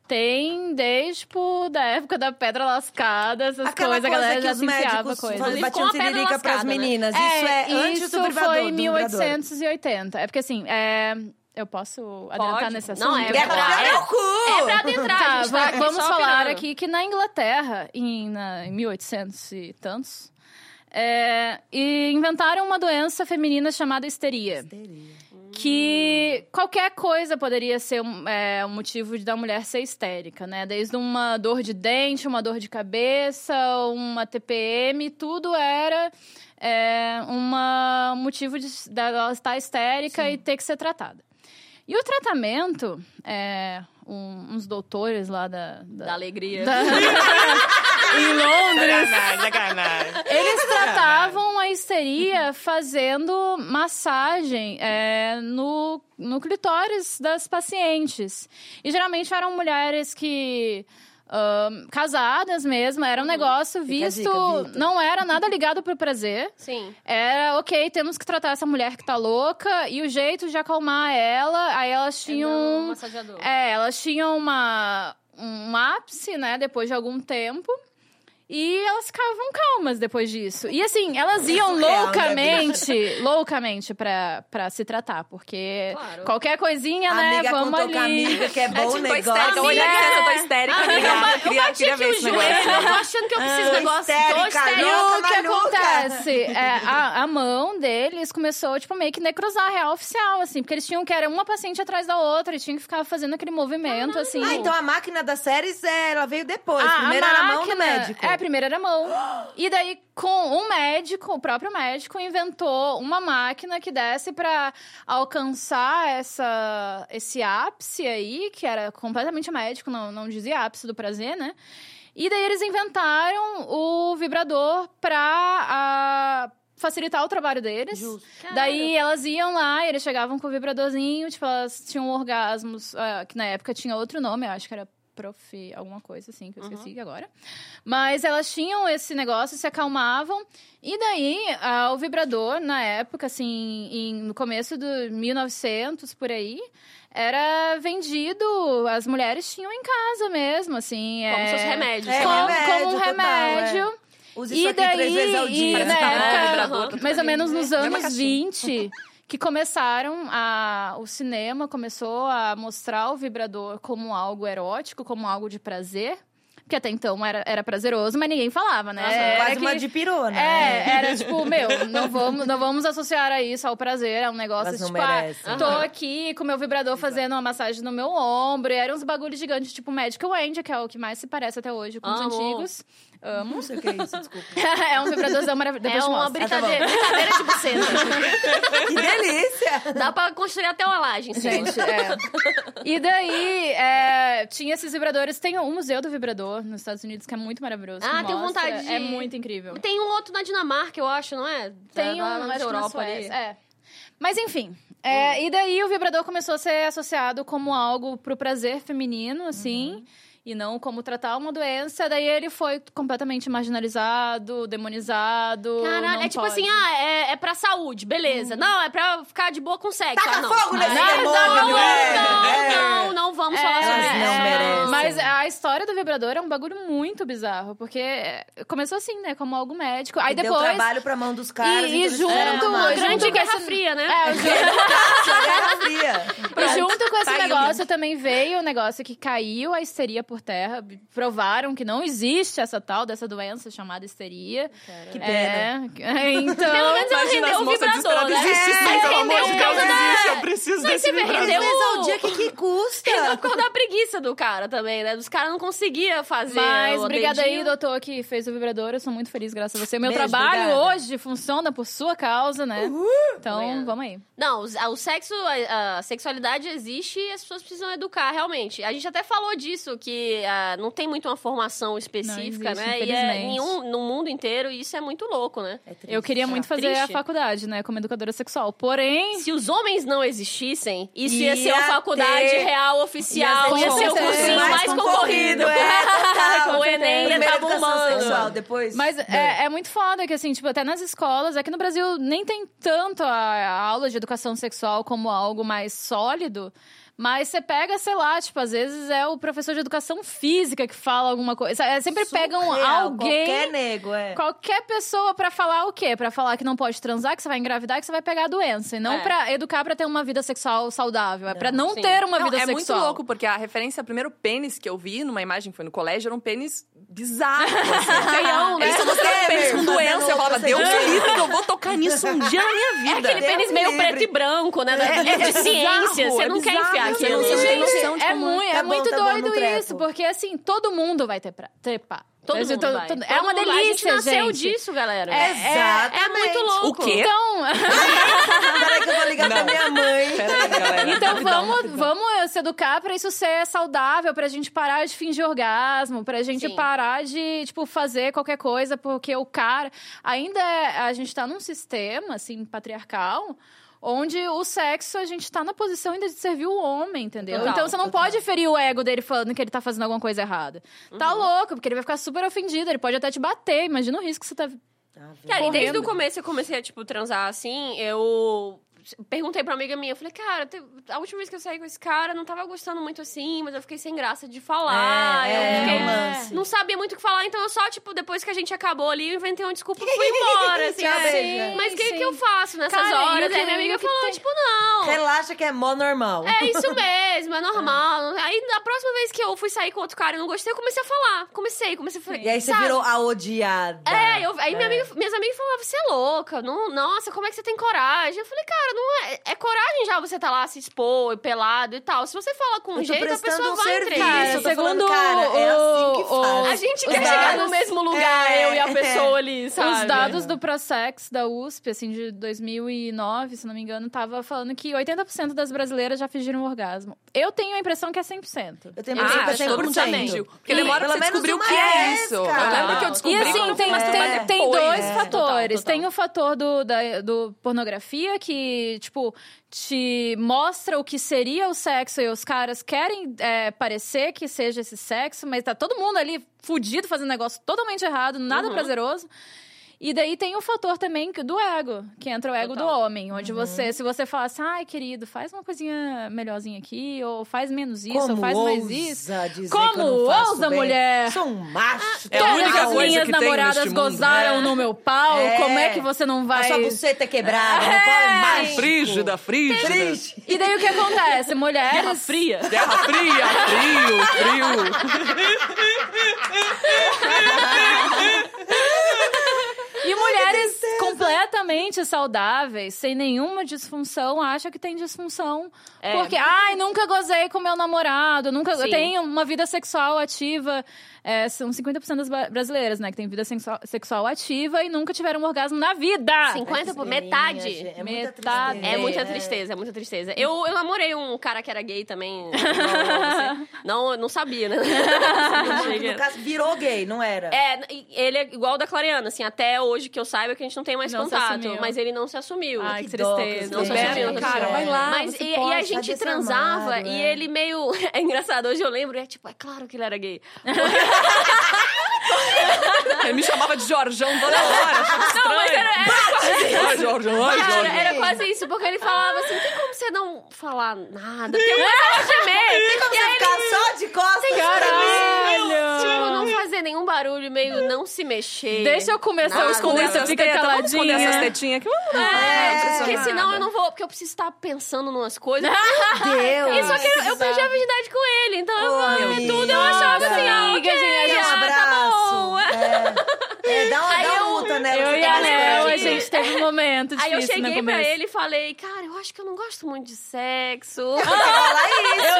C: Tem desde, tipo, da época da pedra lascada, essas
B: Aquela coisa
C: coisas, a galera
B: que
C: já
B: os
C: penteava
B: médicos
C: coisas.
B: faziam,
A: Inclusive, com
B: batiam
A: a pedra
B: tiririca pras
A: lascada, né?
B: meninas. Isso é antes
C: isso
B: do vibrador.
C: foi em
B: do vibrador.
C: 1880. É porque assim, é, eu posso adentrar
A: Pode.
C: nesse assunto?
A: Não, é
B: Guerra
A: pra-
B: Fria é o cu!
A: É *laughs* pra adentrar, a
C: Tá,
A: gente tá
C: va-
A: aqui
C: vamos
A: só
C: falar
A: opinando.
C: aqui que na Inglaterra, em, na- em 1800 e tantos, é, e inventaram uma doença feminina chamada histeria. Que qualquer coisa poderia ser um, é, um motivo de da mulher ser histérica, né? Desde uma dor de dente, uma dor de cabeça, uma TPM, tudo era é, uma- um motivo de, dela estar histérica e ter que ser tratada. E o tratamento, é, um- uns doutores lá da-
A: Da alegria. *laughs*
C: em Londres.
D: Sacanagem,
B: *laughs* É
C: Eles tratavam a histeria *laughs* fazendo massagem é, no, no clitóris das pacientes. E geralmente eram mulheres que. ahn, casadas mesmo, era um negócio
B: Hum, Fica a
C: visto.
B: dica, Vitor.
C: não era nada ligado pro prazer.
A: Sim.
C: Era, ok, temos que tratar essa mulher que tá louca. E o jeito de acalmar ela, aí elas
B: É,
C: tinham.
A: Um massageador.
C: É, elas tinham uma, um ápice, né, depois de algum tempo. E elas ficavam calmas depois disso. E assim, elas iam
B: surreal, né,
C: loucamente, loucamente pra, pra se tratar. Porque
A: Claro.
C: qualquer coisinha, né,
B: Amiga,
C: vamos
B: contou
C: ali.
B: com a amiga, que é bom
D: É
B: o
D: tipo, tô
B: negócio.
D: histérica. Olha
A: Amiga.
D: aqui, eu tô histérica.
A: Amiga, eu
D: Amiga,
A: ba- eu
D: queria,
A: bati
D: queria
A: aqui
D: ver
A: o
D: esse
A: joelho,
D: negócio.
A: eu tô achando que eu preciso do negócio. Tô
B: histérica,
A: histérica.
B: não.
C: E o
B: Maluca,
C: que
B: maluca.
C: acontece? É, a, a mão deles começou, tipo, meio que necrosar a real oficial, assim. Porque eles tinham que era uma paciente atrás da outra e tinha que ficar fazendo aquele movimento, assim.
B: Ah, então a máquina das séries, é, ela veio depois.
C: Ah,
B: Primeiro
C: a
B: era a mão do
C: máquina-
B: médico.
C: É, primeiro era a mão. *gasps* E daí, com um médico, o próprio médico, inventou uma máquina que desse pra alcançar essa, esse ápice aí, que era completamente médico, não, não dizia ápice do prazer, né? E daí eles inventaram o vibrador pra ah, facilitar o trabalho deles. Daí elas iam lá, e eles chegavam com o vibradorzinho, tipo, elas tinham orgasmos, ah, que na época tinha outro nome, eu acho que era prof, alguma coisa assim, que eu
A: Uhum.
C: esqueci agora. Mas elas tinham esse negócio, se acalmavam. E daí, ah, o vibrador, na época, assim, em- no começo de 1900, por aí, era vendido, as mulheres tinham em casa mesmo, assim.
A: Como
C: é,
A: seus remédios.
B: É,
A: né?
C: Como,
B: remédio
C: como um
B: total,
C: remédio.
B: é. Usa
C: E
B: isso aqui
C: daí,
B: três vezes ao
C: e né,
B: dia.
C: na
D: tá bom,
C: época,
D: vibrador,
B: né?
A: tá tudo
C: mais ou menos nos
D: Leva
C: anos
D: caixinha.
C: 20, que começaram a. O cinema começou a mostrar o vibrador como algo erótico, como algo de prazer. Porque até então era, era prazeroso, mas ninguém falava, né?
B: Nossa,
C: era
B: tá quase
C: que-
B: uma de né? pirona.
C: é, era tipo, meu, não vamos, não vamos associar a isso ao prazer, é um negócio
B: Elas não
C: tipo, ah,
B: merecem.
C: tô aqui com meu vibrador fazendo uma massagem no meu ombro, e eram uns bagulhos gigantes, tipo Magical End, que é o que mais se parece até hoje com os
A: Amo.
C: antigos. Amo.
B: Não sei o que é isso, desculpa.
C: *laughs* é um vibradorzão maravilhoso.
A: é
C: Depois eu te
A: uma
C: mostro.
A: brincadeira, brincadeira de
C: *laughs*
A: buceta.
B: que delícia!
A: Dá pra construir até uma laje em cima.
C: Gente, é. E daí, é, tinha esses vibradores. Tem um museu do vibrador nos Estados Unidos que é muito maravilhoso. que
A: Ah, tenho
C: mostra.
A: vontade de-
C: É muito incrível.
A: Tem um outro na Dinamarca, eu acho, não é?
C: Tem um,
A: lá na
C: acho que na
A: Europa ali. Hum.
C: Suécia, É. Mas enfim. é, E daí o vibrador começou a ser associado como algo pro prazer feminino, assim.
A: Uhum.
C: E não como tratar uma doença. Daí ele foi completamente marginalizado, demonizado.
A: Caralho,
C: não
A: é tipo
C: pode.
A: assim, ah, é, é pra saúde, beleza. Não, é pra ficar de boa com sexo.
B: Taca
A: ah, não.
B: fogo nesse
A: não,
B: demônio,
A: não,
B: é,
A: não,
B: é.
A: não, não vamos falar
B: Elas
A: sobre
B: não
A: isso.
B: merecem.
C: É, Mas a história do vibrador é um bagulho muito bizarro, porque começou assim, né? Como algo médico. Aí
B: E Deu
C: depois.
B: trabalho pra mão dos caras.
C: e, e
B: então
C: junto,
B: eles fizeram uma
A: grande
C: junto com
A: Guerra
C: essa-
A: Fria, né?
C: É,
B: *laughs*
C: junto,
B: fotografia.
C: e junto com esse
D: tá aí o
C: negócio também veio o negócio que caiu a histeria por terra. Provaram que não existe essa tal dessa doença chamada histeria.
B: Que pena.
C: É, *laughs* então.
A: Pelo menos ela
D: Imagina
A: rendeu
D: as
A: o
D: moças
A: é vibrador,
D: desesperadas.
A: né?
D: Existe sim, pelo amor de
A: rendeu
D: Deus,
A: por causa da-
D: existe. Eu preciso
A: Mas
D: desse
A: você me
D: vibrador.
A: rendeu.
B: Mas ao dia que, que custa?
A: Por causa da preguiça do cara também, né? Dos caras não conseguiam fazer.
C: Mas
A: o
C: obrigada aí,
A: dedinho.
C: doutor, que fez o vibrador. Eu sou muito feliz graças a você. Meu
B: Beijo,
C: trabalho
B: obrigada.
C: hoje funciona por sua causa, né? Então,
A: Obrigada.
C: vamos aí.
A: Não, os- a- o sexo, a, a sexualidade existe e as pessoas precisam educar, realmente. A gente até falou disso, que ah, não tem muito uma formação específica,
C: existe,
A: né? E é
C: infelizmente.
A: em um- no mundo inteiro, e isso é muito louco, né?
B: É triste.
C: Eu queria muito fazer
A: Triste.
C: a faculdade, né? Como educadora sexual. Porém.
A: Se os homens não existissem, isso ia,
B: Ia
A: ser uma faculdade
B: ter-
A: real oficial, ia
C: ia
A: ser o
C: ter
A: cursinho mais,
C: mais
A: concorrido.
B: é,
C: *laughs*
B: total.
A: o Enem ia
B: Primeiro
A: tá
B: educação sexual,
A: bombando.
B: depois...
C: Mas é, é muito foda que, assim, tipo, até nas escolas, aqui no Brasil nem tem tanto a, a aula de educação sexual como algo mais sólido. Mas você pega, sei lá, tipo, às vezes é o professor de educação física que fala alguma coisa. É, sempre pegam
B: Surreal,
C: alguém.
B: Qualquer nego, é.
C: Qualquer pessoa pra falar o quê? Pra falar que não pode transar, que você vai engravidar, que você vai pegar a doença. E não
A: É.
C: pra educar pra ter uma vida sexual saudável. É pra não
A: sim.
C: ter uma
D: Não,
C: vida
D: é
C: sexual.
D: muito louco, porque a referência, o primeiro pênis que eu vi numa imagem que foi no colégio, era um pênis bizarro.
A: *laughs*
D: Assim.
A: Feião, né?
D: Eles só mostraram um pênis com
B: Fazendo
D: doença. Eu falava, Deus
B: procedimento.
D: me livre que eu vou tocar nisso um dia na
A: É
D: minha vida.
A: Aquele
B: Deus
A: pênis meio
B: livre.
A: preto e branco, né? É, de ciência,
D: bizarro,
A: você
D: é
A: não quer
D: bizarro,
A: enfiar
D: eu
A: aquilo.
D: não sei.
A: Gente,
D: noção de
C: é
D: como é.
C: muito,
B: Tá
C: é
B: bom,
C: muito
B: tá bom,
C: doido
B: no treco.
C: isso, porque assim, todo mundo vai ter pra, trepar.
A: Todo
C: Mas
A: mundo
C: to-
A: vai.
C: to- É
A: Todo
C: uma
A: mundo-
C: delícia,
A: A gente nasceu
C: gente.
A: disso, né? galera.
C: É,
A: É
B: Exatamente.
A: muito louco.
D: O quê?
C: Então,
B: Peraí que eu vou ligar pra
D: Não.
B: minha mãe.
D: Pera aí,
A: *laughs*
D: galera.
C: então vamos, vamos eh, se educar pra isso ser saudável, pra gente parar de fingir orgasmo, pra gente
A: Sim.
C: parar de, tipo, fazer qualquer coisa, porque o cara. Ainda é- a gente tá num sistema, assim, patriarcal. Onde o sexo, a gente tá na posição ainda de servir o homem, entendeu?
A: Total,
C: então você não pode ferir o ego dele falando que ele tá fazendo alguma coisa errada. Tá
A: Uhum.
C: louco, porque ele vai ficar super ofendido, ele pode até te bater, imagina o risco que você tá.
A: Cara, e desde
C: Correndo.
A: o começo eu comecei a, tipo, transar assim, eu perguntei pra uma amiga minha, eu falei, cara, te- a última vez que eu saí com esse cara, eu não tava gostando muito assim, mas eu fiquei sem graça de falar.
B: É, é,
A: eu fiquei-
B: um lance.
A: Não sabia muito o que falar, então eu só, tipo, depois que a gente acabou ali, eu inventei uma desculpa e fui embora, assim.
B: Tchau,
A: é.
B: beijo.
A: Mas o que,
C: Sim.
A: que eu faço nessas
C: Cara, e o
A: horas?
C: que-
A: Aí minha
C: e
A: amiga
C: o que
A: falou,
C: tem?
A: tipo, não.
B: Relaxa que é mó normal.
A: É isso mesmo,
B: *laughs*
A: é normal. Aí, na próxima vez que eu fui sair com outro cara e não gostei, eu comecei a falar. Comecei, comecei a falar.
B: E aí você
A: sabe?
B: virou a odiada.
A: É, eu- aí minha amiga- minhas amigas falavam, você é louca, não, nossa, como é que você tem coragem? Eu falei, cara, não é, é coragem já você tá lá se expor, pelado e tal. Se você fala com um
B: Eu tô
A: jeito, a
B: prestando
A: pessoa
B: um
A: vai
B: serviço.
A: entrar.
B: eu tô falando,
C: segundo
B: cara, é assim que
C: o-
B: faz.
A: A gente
B: Os
A: quer chegar
B: dados-
A: no mesmo lugar,
B: é,
A: eu e a
B: é.
A: pessoa ali, sabe?
C: Os dados do ProSex da USP, assim, de 2009, se não me engano, tava falando que 80% das brasileiras já fingiram um orgasmo. Eu tenho a impressão que é 100%.
B: Eu tenho
A: Ah,
B: impressão que é
A: acho que todo mundo
B: 100%.
A: fingiu.
D: Porque
B: E
D: demora pra
B: pelo
D: você
B: menos
D: descobrir o
B: uma
D: que é
B: vez,
D: isso. Eu
B: cara.
D: lembro que eu
C: E
D: descobri que eu
C: assim,
D: não
C: tem,
D: fui mais tomar
C: tem,
D: depois.
C: tem dois
B: né?
A: é.
C: fatores.
A: Total, total.
C: Tem o fator do, da- do pornografia, que, tipo, te mostra o que seria o sexo e os caras querem é, parecer que seja
D: Uhum.
C: esse sexo, mas tá todo mundo ali fudido, fazendo negócio totalmente errado, nada prazeroso. E daí tem o fator também que- do ego, que entra o ego do homem, onde
D: Uhum.
C: você, se você fala assim, ai querido, faz uma coisinha melhorzinha aqui, ou faz menos isso, ou faz mais isso.
B: dizer
C: Como
B: que eu não faço
C: ousa,
B: bem?
C: mulher?
B: Sou um macho.
D: É a
C: Todas
D: única
C: as
D: coisa
C: minhas
D: que tem
C: namoradas
D: neste mundo.
C: gozaram
D: É.
C: no meu pau,
B: É.
C: como é que você não
B: A
C: vai.
B: sua buceta é quebrada, meu pau é mágico.
D: Frígida, frígida.
B: Triste.
C: E daí o que acontece?
A: Guerra
C: Mulheres.
A: fria.
D: Terra fria, frio, frio.
C: E mulheres completamente saudáveis, sem nenhuma disfunção, acha que tem disfunção.
A: É.
C: Porque, ai, nunca gozei com meu namorado, nunca. Eu
A: Sim.
C: tenho uma vida sexual ativa. É, são 50% das ba- brasileiras, né, que tem vida sexual, sexual ativa e nunca tiveram um orgasmo na vida.
A: 50 por metade.
B: É muita
C: Metade.
B: tristeza.
A: É muita
B: né?
A: tristeza, é muita tristeza. Eu, eu namorei um cara que era gay também. igual
B: *laughs*
A: você. Não, eu não sabia, né? Não sabia que
B: No
A: era.
B: caso, virou gay, não era?
A: É, e ele é igual o da Clariana, assim, até hoje que eu saiba que a gente não tem mais
C: Não se
A: contato.
C: assumiu.
A: Mas ele não se assumiu.
C: Ai,
B: Que
C: que
B: dó,
C: tristeza.
A: Não se
B: Bebe,
A: assumiu, não se
B: cara,
C: É.
A: assumiu.
B: vai
D: lá,
A: Mas
D: você
A: e, e
D: pode,
A: a
D: tá
A: gente
B: desarmado,
A: transava
B: é.
A: e ele meio. *laughs* É engraçado, hoje eu lembro, é tipo, é claro que ele era gay.
D: Ele me chamava de Jorjão toda hora. achava estranho.
A: Não, mas era, era
D: Ai, Jorjão, ai,
A: Cara,
D: Jorjão.
C: é.
A: era quase isso, porque ele falava assim: tem como você não falar nada? Tem
C: *laughs*
A: como você não gemer? Tem como
B: Você ficar só de costas pra mim.
A: Tipo,
C: Caralho!
A: não fazer nenhum barulho, meio não se mexer.
C: Deixa eu começar
A: Nada,
C: a
D: Esconder
C: esconder, você
D: essas
C: fica
D: tetas, vamos esconder
C: caladinha.
D: essas tetinhas aqui. Vamos lá.
A: É,
D: É,
A: porque senão
D: nada.
A: eu não vou, porque eu preciso estar pensando numas coisas.
B: Deus.
A: E só que eu, eu perdi a virgindade com ele, então
C: é
A: eu falava
B: amiga.
A: tudo, eu achava assim, ah,
C: Amiga,
A: ok,
C: gente,
A: ah, tá bom.
B: Um abraço. É, é dá uma, dá uma luta nela.
C: Eu
B: você
C: e
B: tá
C: a
A: Léo,
B: mais
C: Léo, a
B: perto.
A: gente-
C: gente teve um momento
A: *laughs* Aí
C: difícil
A: eu cheguei
C: no
A: pra
C: começo.
A: ele e falei, cara, eu acho que eu não gosto muito de *laughs* sexo.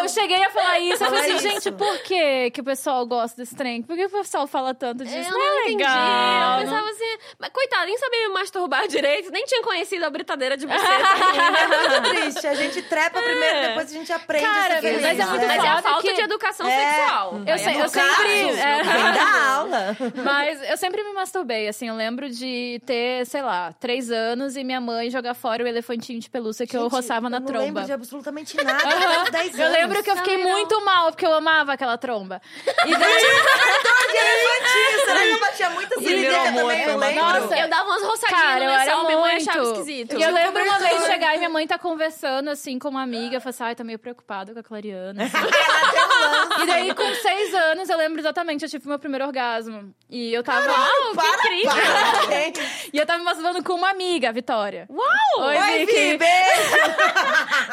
C: Eu cheguei a falar isso. Eu
B: Fala
C: falei assim,
B: isso.
C: gente, por que, que o pessoal gosta desse trem? Por que o pessoal fala tanto disso?
A: Eu
C: Não é
A: não entendi.
C: legal.
A: Eu pensava assim, mas coitado, nem sabia me masturbar direito, nem tinha conhecido a britadeira de *laughs* buceta.
B: É muito triste. A gente trepa primeiro, depois a gente aprende
C: É. Cara,
B: a ser feliz.
C: mas é muito
A: mas é
C: foda
A: a falta
C: que-
A: de educação
B: É.
A: sexual.
C: Eu,
A: Aí
C: sei-
A: é
C: eu
A: muito
C: sempre. é.
B: Quem dá aula?
C: Mas eu sempre me masturbei, assim. Eu lembro de ter, sei lá, três anos e minha mãe jogar fora o elefantinho de pelúcia que eu
B: Gente,
C: roçava na
B: não
C: tromba.
B: lembro
A: *laughs*
B: de absolutamente nada.
C: Aham.
B: Eu, 10 anos.
C: Eu lembro que eu fiquei
A: Também não.
C: muito mal, porque eu amava aquela tromba. E daí,
B: de elefantinho. Será que né? eu batia muita
D: Primeiro
B: cilindrica
D: amor,
B: também? Eu
D: Fernanda.
B: lembro.
A: Nossa, eu dava umas roçadinhas
C: Cara,
A: no
C: eu era
A: lençol, minha mãe
C: muito.
A: achava esquisito. Tipo,
C: Eu, lembro uma vez de chegar e minha mãe tá conversando, assim, com uma amiga. Eu falei assim, ai, tá meio preocupada com a Clariana. assim.
B: um
C: e daí, com seis anos, eu lembro exatamente, eu tive meu primeiro orgasmo. E eu tava...
A: Uau, que incrível!
B: Parabéns.
C: E eu tava me masturbando com uma amiga, a Vitória.
A: Uau!
C: Oi,
B: Oi,
C: Vicky.
B: Vi, beijo.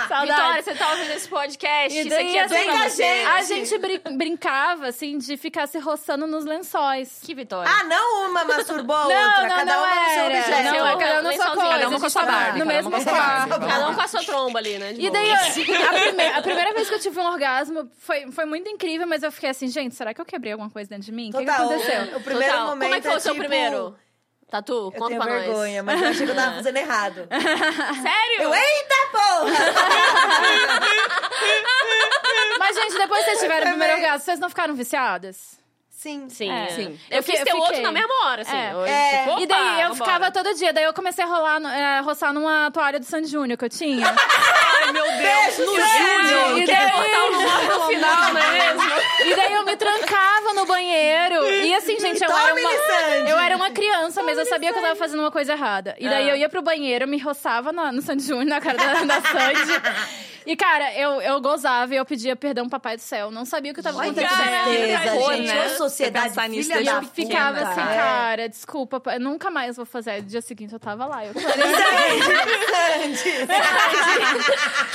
C: Saudades.
A: Vitória, você tá ouvindo esse podcast?
C: E
A: Isso aqui
C: daí,
A: é
C: assim,
A: tudo pra
B: vem
A: você.
B: gente.
C: a gente brin- brincava, assim, de ficar se roçando nos lençóis.
A: Que vitória.
B: Ah, não uma masturbou a
C: Não,
B: outra.
C: não,
B: cada
C: não
B: uma no seu
C: era.
B: objeto.
C: Não, é cada um na sua
A: Lençolzinho.
C: coisa.
A: Cada uma
D: com a sua
C: gente,
B: um
D: Barbie,
C: No
D: cada
C: mesmo
D: uma com a sua
C: espaço.
D: Barbie.
A: Cada um com a sua tromba ali, né? de
C: E
A: boa.
C: daí, eu- *laughs* a, prime- a primeira vez que eu tive um orgasmo foi, foi muito incrível, mas eu fiquei assim, gente, será que eu quebrei alguma coisa dentro de mim? O que, que
B: Total.
C: aconteceu?
B: O primeiro
A: Total.
B: momento
A: Como é que foi o seu
B: tipo,
A: primeiro? Tatu,
B: Eu
A: conta
B: tenho
A: pra
B: vergonha, mas eu achei que eu tava fazendo errado.
A: nós. Sério?
B: Eu, é? eita porra!
C: Mas, gente, depois que vocês tiveram o primeiro
B: Também.
C: orgasmo, vocês não ficaram viciadas?
B: Sim.
A: Sim,
C: É.
A: é.
C: Sim.
A: Eu,
C: Eu
A: fiz
C: fi-
A: ter
C: eu
A: outro
C: fiquei.
A: na mesma hora, assim.
C: É.
A: Eu-
B: É.
A: tipo,
C: e daí
A: opa,
C: eu ficava
A: vambora.
C: todo dia, daí eu comecei a rolar, no- é, roçar numa toalha do Sandy Júnior que eu tinha.
D: Ai, meu Deus.
B: Beijo,
D: no
B: Sérgio.
D: Júnior.
C: E
A: Tem que
C: daí-
A: botar
B: um
A: o nome no final, não é mesmo?
C: E daí eu me trancava no banheiro. E assim, gente, eu
B: Toma,
C: era uma.
B: Sandy.
C: Eu era uma criança, mas eu sabia que eu tava fazendo uma coisa errada. E
B: Ah.
C: daí eu ia pro banheiro, me roçava na- no Sandy Júnior, na cara da, da Sandy. E, cara, eu, eu gozava e eu pedia perdão, papai do céu. Não sabia o que eu tava
B: Olha que
C: acontecendo.
B: tristeza,
D: que horror,
B: gente.
D: né?
B: Ô, sociedade
D: Você pensar nisso
B: filha
C: E
D: desde
B: da
C: eu
D: pequena,
C: ficava assim,
B: puta.
C: cara, desculpa, pa- eu nunca mais vou fazer. No dia seguinte eu tava lá. Eu falei,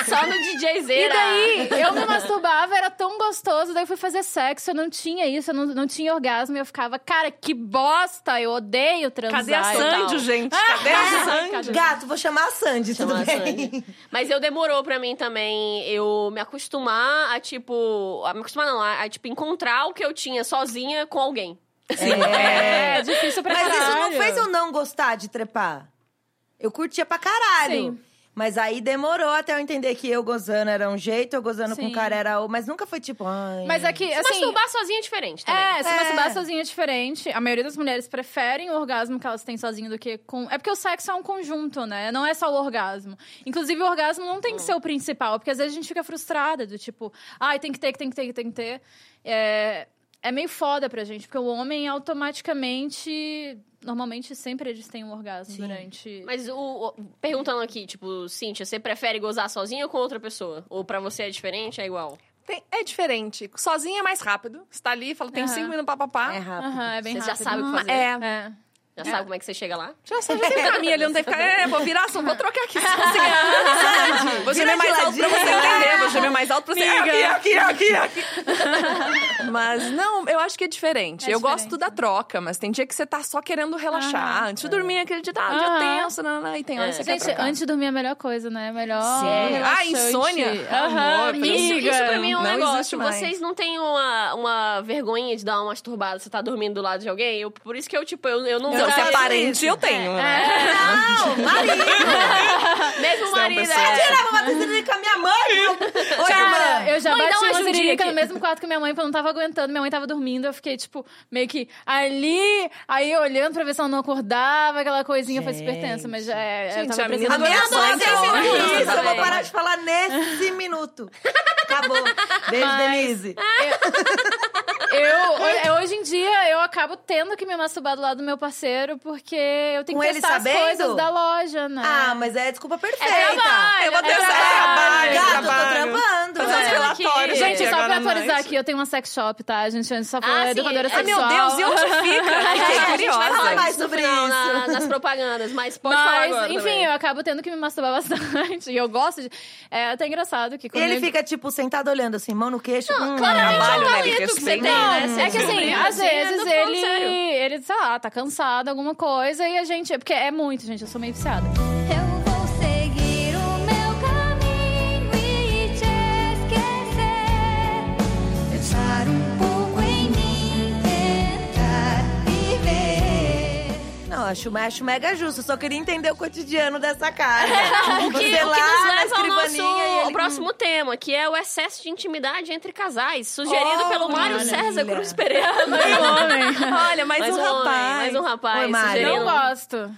A: Só no *laughs* DJ Z.
C: E daí, eu *laughs* me masturbava, era tão gostoso, daí eu fui fazer sexo, eu não tinha isso, eu não, não tinha orgasmo, e eu ficava, cara, que bosta, eu odeio transar.
D: Cadê a
C: eu-
D: Sandy, gente?
C: Ah,
D: Cadê
C: é.
D: a Sandy?
B: É. Gato, vou chamar a Sandy, tudo
A: Nossa,
B: bem?
A: Andy. Mas eu demorou pra mim também eu me acostumar a, tipo. A me acostumar não, a, a, tipo, encontrar o que eu tinha sozinha com alguém.
C: É, difícil pra
B: Mas isso não
C: caralho.
B: fez eu não gostar de trepar. Eu curtia pra caralho.
C: Sim.
B: Mas aí demorou até eu entender que eu gozando era um jeito, eu gozando com
C: Sim.
B: o cara era o... Mas nunca foi tipo, ai...
C: Mas é que,
A: Mas
C: assim...
A: Masturbar sozinha é diferente também.
C: É, se
B: É.
C: masturbar sozinha é diferente. A maioria das mulheres preferem o orgasmo que elas têm sozinha do que com. É porque o sexo é um conjunto, né? Não é só o orgasmo. Inclusive, o orgasmo não
A: Hum.
C: tem que ser o principal, porque às vezes a gente fica frustrada do tipo, ai, tem que ter, que tem que ter, que tem que ter. É, é meio foda pra gente, porque o homem automaticamente. Normalmente sempre eles têm um orgasmo durante.
A: Mas o, o- perguntando aqui, tipo, Cíntia, você prefere gozar sozinha ou com outra pessoa? Ou pra você é diferente, é igual?
D: Tem- é diferente. Sozinha é mais rápido. Você tá ali, fala, tem
C: Aham.
D: cinco minutos pra papá.
B: É rápido.
C: Aham, é bem
A: Você já
C: rápido.
A: sabe o que fazer.
D: É.
C: É.
A: Já sabe como é que você chega lá?
D: Já sabe, já tem caminho ali, não tem que ficar. É, vou virar, só vou trocar aqui. Sozinha. Vou gemer mais alto pra você entender, vou gemer mais alto pra você. Aqui, aqui, aqui, aqui. Mas não, eu acho que é
C: É
D: diferente. eu
C: diferente,
D: gosto da troca, mas tem dia que você tá só querendo relaxar. Antes de dormir, aquele dia tá um dia
C: É. Aham.
D: tenso, não, não, não, e tem hora que você quer
C: Gente,
D: trocar.
C: antes de dormir é a melhor coisa, né? É melhor.
D: Sim. Ah,
C: relaxante.
D: insônia?
C: Aham,
D: Amor,
C: amiga.
A: Isso, isso pra mim é um
D: Não existe
A: negócio.
D: mais.
A: Vocês não têm uma, uma vergonhinha de dar uma masturbada, você tá dormindo do lado de alguém? Eu, por isso que eu, tipo, eu, eu não
D: Então, se é
A: pra-
D: parente, eu
C: É.
D: tenho, né?
B: Não, marido!
A: *laughs* Mesmo marido.
D: pessoas-
A: é.
B: Tirava uma bateria com a minha
C: *laughs*
B: mãe! Oi,
C: Cara, eu já
A: Mãe, dá
C: bati
A: uma
C: uma
A: ajudinha
C: ziririca
A: aqui.
C: no mesmo quarto que minha mãe, porque eu não tava aguentando. Minha mãe tava dormindo, eu fiquei, tipo, meio que ali, aí olhando pra ver se ela não acordava, aquela coisinha foi super tensa, mas já é. eu
D: Gente,
C: tava
D: a menina
B: A
C: precisando-
D: do
B: minha
D: Adolescência
B: adolescência
D: é
B: é
D: horrível
B: isso, eu vou
D: também.
B: parar de falar
C: *laughs*
B: nesse minuto. Acabou. Beijo, Denise.
C: Eu, ho- hoje em dia, eu acabo tendo que me masturbar do lado do meu parceiro, porque eu tenho
B: Com
C: que
B: ele
C: testar as
B: sabendo?
C: coisas da loja, né?
B: Ah, mas é desculpa perfeita.
C: trabalho,
D: Eu vou
C: é
D: ter essa
C: trabalho.
D: trabalho,
B: Gato, eu tô trampando.
D: Fazer uns
B: É.
D: relatórios.
C: Gente,
D: aqui
C: só
D: agora é
C: pra
D: à noite.
C: atualizar aqui, eu tenho uma sex shop, tá, gente? Antes só foi
A: Ah, sim.
C: educadora
A: Ah,
D: Ai,
C: sexual.
D: meu Deus, e onde fica? Fiquei
A: É, a gente vai falar
D: curiosa.
A: mais sobre isso. na- nas propagandas, mas pode falar
C: Mas,
A: agora
C: enfim,
A: também.
C: eu acabo tendo que me masturbar *laughs* bastante. E eu gosto de. É até engraçado que
B: E
C: quando.
B: ele
C: eu-
B: fica, tipo, sentado olhando assim, mão no queixo. Não,
A: Claramente é um
D: Trabalho, né,
A: talento que
D: Lidia?
A: você tem,
D: Sim.
A: né?
C: É que assim,
A: descobriu,
C: às
A: assim, eu
C: vezes
A: tô falando
C: ele,
A: sério.
C: ele, sei lá, tá cansado, alguma coisa, e a gente. Porque é muito, gente, eu sou meio viciada.
F: Eu vou seguir o meu caminho e te esquecer. Pensar um pouco em mim, tentar viver.
B: Não, acho, acho mega justo. Eu só queria entender o cotidiano dessa casa.
A: O que, o que
B: Você
A: nos
B: lá na
A: leva ao nosso
B: escrivaninha e ele-
A: ao
B: *laughs*
A: próximo tema, que é o excesso de intimidade entre casais, sugerido
B: Oh,
A: pelo Mário
B: maravilha.
A: César Cruz Pereira.
D: Olha, mais,
A: mais
D: um,
A: um homem,
D: rapaz.
A: mais um rapaz.
B: Oi, Mário.
A: sugerindo-
C: Não gosto.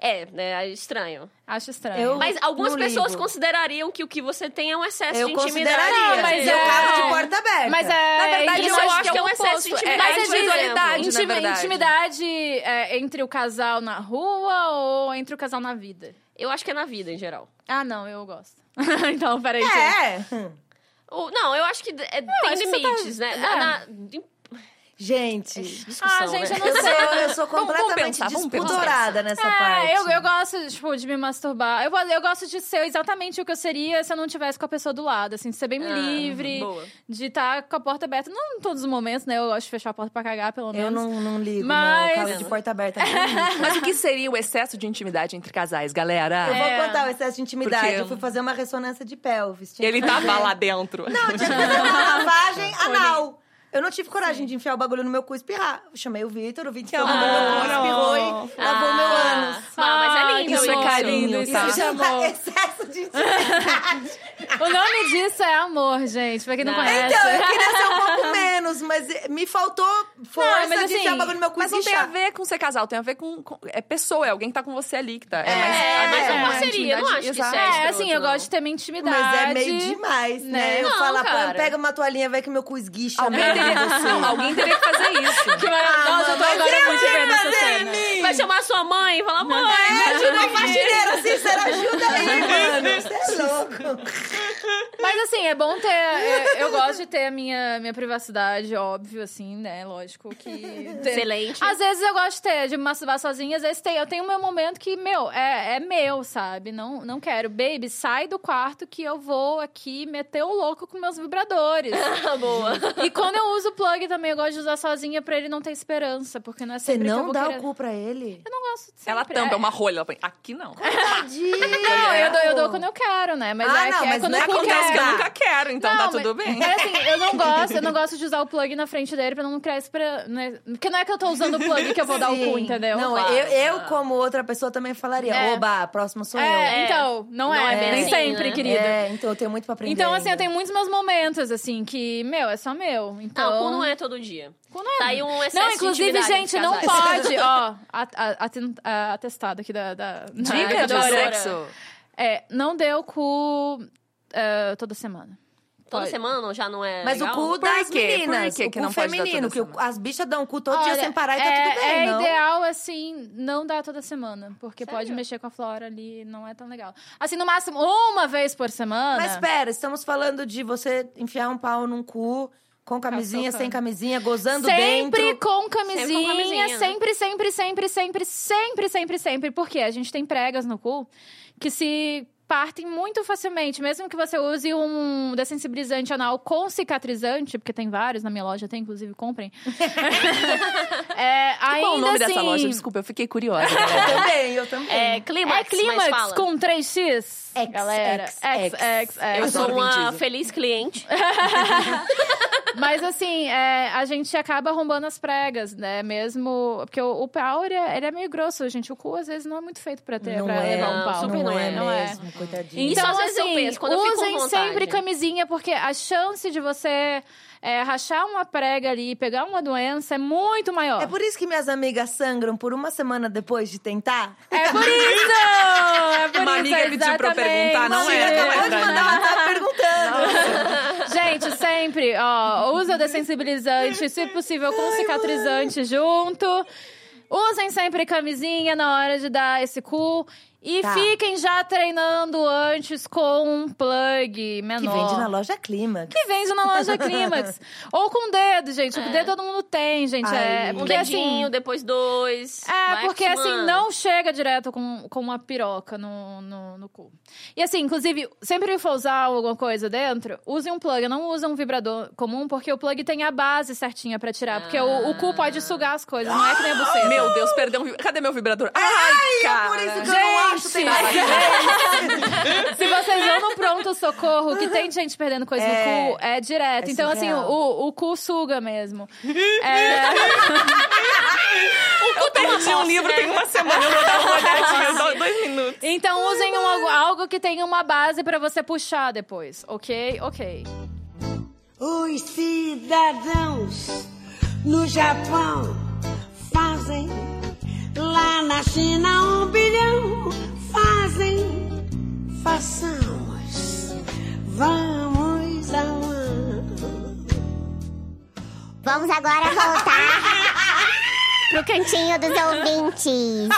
A: É, né, é estranho.
C: Acho estranho.
B: Eu-
A: Mas algumas
B: não
A: pessoas
B: ligo.
A: considerariam que o que você tem é um excesso
B: Eu
A: de intimidade.
B: consideraria.
C: Não, mas
B: eu
C: é-
B: cabo de porta aberta.
C: Mas é.
D: Na verdade,
C: entre
A: eu
C: nós
A: acho que é um
D: o
A: excesso de
D: oposto.
A: intimidade,
D: É,
A: por exemplo.
D: individualidade, na
C: Intimi-
D: verdade.
C: intimidade é, entre o casal na rua ou entre o casal na vida?
A: Eu acho que é na vida, em geral.
C: Ah, não, eu gosto. *laughs* então, peraí. gente.
B: É.
A: Ou- não, eu acho que é, tem
C: acho que você tá- é.
A: limites, né? Na, na- em-
B: Gente,
A: discussão,
C: Ah, gente,
A: né?
C: eu não
B: eu sou, eu sou
D: Vamos- vamos
B: completamente
D: pensar, vamos pensar.
B: despudorada nessa parte.
C: É, eu, eu gosto, tipo, de me masturbar. Eu, go- eu gosto de ser exatamente o que eu seria se eu não tivesse com a pessoa do lado, assim, de ser bem
A: Ah,
C: livre,
A: boa.
C: de estar com a porta aberta. Não em todos os momentos, né? Eu gosto de fechar a porta pra cagar, pelo menos.
B: Eu não, não ligo,
C: Mas-
B: não. Cabo de porta aberta. não ligo.
D: Mas o que seria o excesso de intimidade entre casais, galera?
B: Eu vou contar o excesso de intimidade.
D: Porque-
B: Eu fui fazer uma ressonância de pelvis. Tinha
D: Ele
B: que
D: tava
B: fazer.
D: lá dentro.
B: Não, eu tinha que fazer uma
C: *laughs*
B: lavagem anal. Eu não tive coragem de enfiar o bagulho no meu cu e espirrar. Eu chamei o Vitor, o Vitor tomou
C: Ah,
B: meu cu, espirrou e lavou meu
A: Ah,
B: ânus.
A: mas é lindo
C: que
D: isso é
C: fofo.
D: carinho,
C: Isso
D: tá?
B: Isso chama excesso de intimidade.
C: *laughs* O nome disso é amor, gente, pra quem não,
A: Não.
C: conhece.
B: Então, eu queria ser um
C: *laughs*
B: pouco menos, mas me faltou força
C: Não, mas
B: de
C: assim,
B: enfiar o bagulho no meu cu
D: Mas
B: e
D: não tem a
B: inchar.
D: ver com ser casal, tem a ver com. com- é pessoa, é alguém que tá com você ali que tá. É, mais-
A: É, mas
C: é
A: é
C: uma
A: uma parceria, eu não acho que isso
D: exato.
A: é
C: É, assim, eu
A: escroto, não.
C: gosto de ter minha intimidade.
B: Mas é meio demais, né?
C: Né?
B: Eu
A: Não,
B: falar, pô,
A: cara.
B: pega uma toalhinha, vai que meu cu esguicha.
D: Alguém
B: né?
D: teria, não, alguém teria que fazer isso.
C: Que maravilha.
B: Ah,
C: Nossa, eu tô
B: mas
C: agora
B: eu
C: muito
B: ia
C: vendo essa
B: fazer
C: cena.
A: Vai chamar sua mãe e falar, mãe,
B: É, ajuda o faxineiro, assim, será ajuda
C: *laughs*
B: aí, mano. Você é louco.
C: Mas assim, é bom ter. é, eu gosto de ter a minha, minha privacidade, óbvio, assim, né? Lógico que.
A: Excelente.
C: Às vezes eu gosto de, ter, de me masturbar sozinha, às vezes tem, eu tenho meu momento que, meu, é, é meu, sabe? Não, não quero. Baby, sai do quarto que eu vou aqui meter o louco com meus vibradores.
A: tá boa.
C: e quando eu uso o plug também, eu gosto de usar sozinha pra ele não ter esperança, porque não é
B: Você
C: sempre que eu
B: não
C: vou
B: dá
C: querer-
B: o cu pra ele?
C: Eu não gosto de sempre.
D: Ela tampa, é uma rolha. Ela põe, aqui não.
B: *laughs*
C: Não, eu dou, eu dou quando eu quero, né? Mas
B: Ah,
C: é,
B: não,
C: que- é
B: mas
C: quando
B: não
C: eu
D: Acontece
C: quero.
D: que eu nunca quero, então
C: Não,
D: tá
C: mas-
D: tudo bem.
C: Mas assim, eu não gosto,
B: *laughs*
C: eu não gosto de usar o plug na frente dele pra não criar esperança. Né? Porque não é que eu tô usando o plug que eu vou dar o
B: Sim.
C: cu, entendeu?
B: Não,
A: Claro.
B: eu, eu, como outra pessoa, também falaria.
C: É.
B: Oba, a próxima sou eu.
C: é, então, não,
A: Não
C: é.
A: é bem
C: nem
A: assim,
C: sempre,
A: né?
C: querido.
B: É, então eu tenho muito pra aprender.
C: Então, assim, eu
B: ainda.
C: tenho muitos meus momentos, assim, que, meu, é só meu. Então,
A: Não, o cu não é todo dia.
C: cu não é.
A: Tá aí um excesso
C: Não, inclusive,
A: de intimidade
C: gente, não
A: entre casais. *laughs*
C: pode. Ó, a- a- aten- a- atestado aqui da. da da
D: Dica de
C: educadora.
D: sexo.
C: É, não dê o cu eh, toda semana.
A: Toda
C: Pode.
A: semana não- já não é
B: Mas
A: legal?
B: o cu
D: Por
B: das
D: quê? Por
B: meninas.
D: quê
B: o
D: que
B: cu
D: não pode dar
B: feminino,
D: toda
B: que o-
D: semana?
B: as bichas dão o cu todo dia
C: Olha,
B: sem parar e tá
C: é,
B: tudo bem,
C: É
B: não?
C: ideal, assim, não dar toda semana. Porque pode
A: Sério?
C: mexer com a flora ali, não é tão legal. Assim, no máximo, uma vez por semana.
B: Mas pera, estamos falando de você enfiar um pau num cu, com camisinha,
C: Calçocando.
B: sem camisinha, gozando
C: sempre
B: dentro.
C: com camisinha,
A: Sempre com camisinha, né?
C: sempre, sempre, sempre, sempre, sempre, sempre, sempre. Porque a gente tem pregas no cu que se partem muito facilmente, mesmo que você use um dessensibilizante anal com cicatrizante, porque tem vários na minha loja, tem inclusive, comprem. é, ainda
D: Qual o nome
C: assim,
D: dessa loja? Desculpa, eu fiquei curiosa. galera.
B: Eu também, eu também.
A: É clímax,
C: É
A: mas
C: Clímax
A: fala.
C: com 3x?
B: X,
C: galera.
B: X,
C: X, X,
A: Eu
C: X.
A: sou
D: Adoro
A: uma
D: ventismo.
A: feliz cliente.
C: Mas assim, é, a gente acaba arrombando as pregas, né? Mesmo. Porque o, o pau, ele é, ele é meio grosso, gente. O cu, às vezes, não é muito feito pra, ter,
B: não
C: pra
B: é,
C: levar um pau.
A: super
B: não, é,
A: não né?
C: é. Então, assim,
B: mesmo, coitadinha.
A: Isso às vezes eu penso, quando eu
C: usem
A: fico com vontade.
C: sempre camisinha, porque a chance de você é, rachar uma prega ali e pegar uma doença é muito maior.
B: É por isso que minhas amigas sangram por uma semana depois de tentar?
C: É por isso! É por
D: Uma
C: isso,
D: amiga pediu pra eu perguntar, não
C: exatamente.
D: é, não é
B: Acabou de
D: pra
B: mandar uma WhatsApp perguntando.
C: Gente, sempre, ó, usa dessensibilizante, se possível com cicatrizante junto. Usem sempre camisinha na hora de dar esse cu. E
B: Tá.
C: fiquem já treinando antes com um plug
B: Que
C: menor.
B: vende na loja Clima.
C: Que vende na loja Clímax. Ou com o dedo, gente. O dedo todo mundo tem, gente.
B: É. Ai.
C: É,
A: Um
C: porque
A: dedinho,
C: assim.
A: depois dois.
C: É,
A: vai
C: porque assim,
A: acostumando.
C: não chega direto com, com uma piroca no, no, no cu. E assim, inclusive, sempre que for usar alguma coisa dentro, use um plug. Não usa um vibrador comum, porque o plug tem a base certinha pra tirar. Porque o, o cu pode sugar as coisas, não é que nem a buceta.
D: Meu Deus, perdão. Cadê meu vibrador? Ai, é cara.
B: Por isso que eu não acho
C: Gente!
B: tentar.
C: Se vocês vão no pronto-socorro, que tem gente perdendo coisa
B: É.
C: no cu, é direto.
B: É
C: então, assim,
B: surreal.
C: o, o cu suga mesmo. É...
D: Eu perdi um livro tem uma semana. Eu vou *laughs* dar uma olhadinha, só dois minutos.
C: Então usem um- algo, algo que tenha uma base pra você puxar depois, ok? Ok.
G: Os cidadãos no Japão fazem, lá na China um bilhão fazem. Façamos, vamos ao ano.
H: Vamos agora voltar pro cantinho dos
G: *laughs*
H: ouvintes.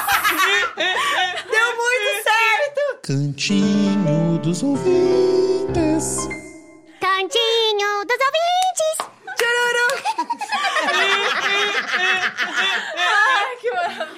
B: Deu muito certo!
I: Cantinho dos ouvintes.
H: Cantinho dos ouvintes.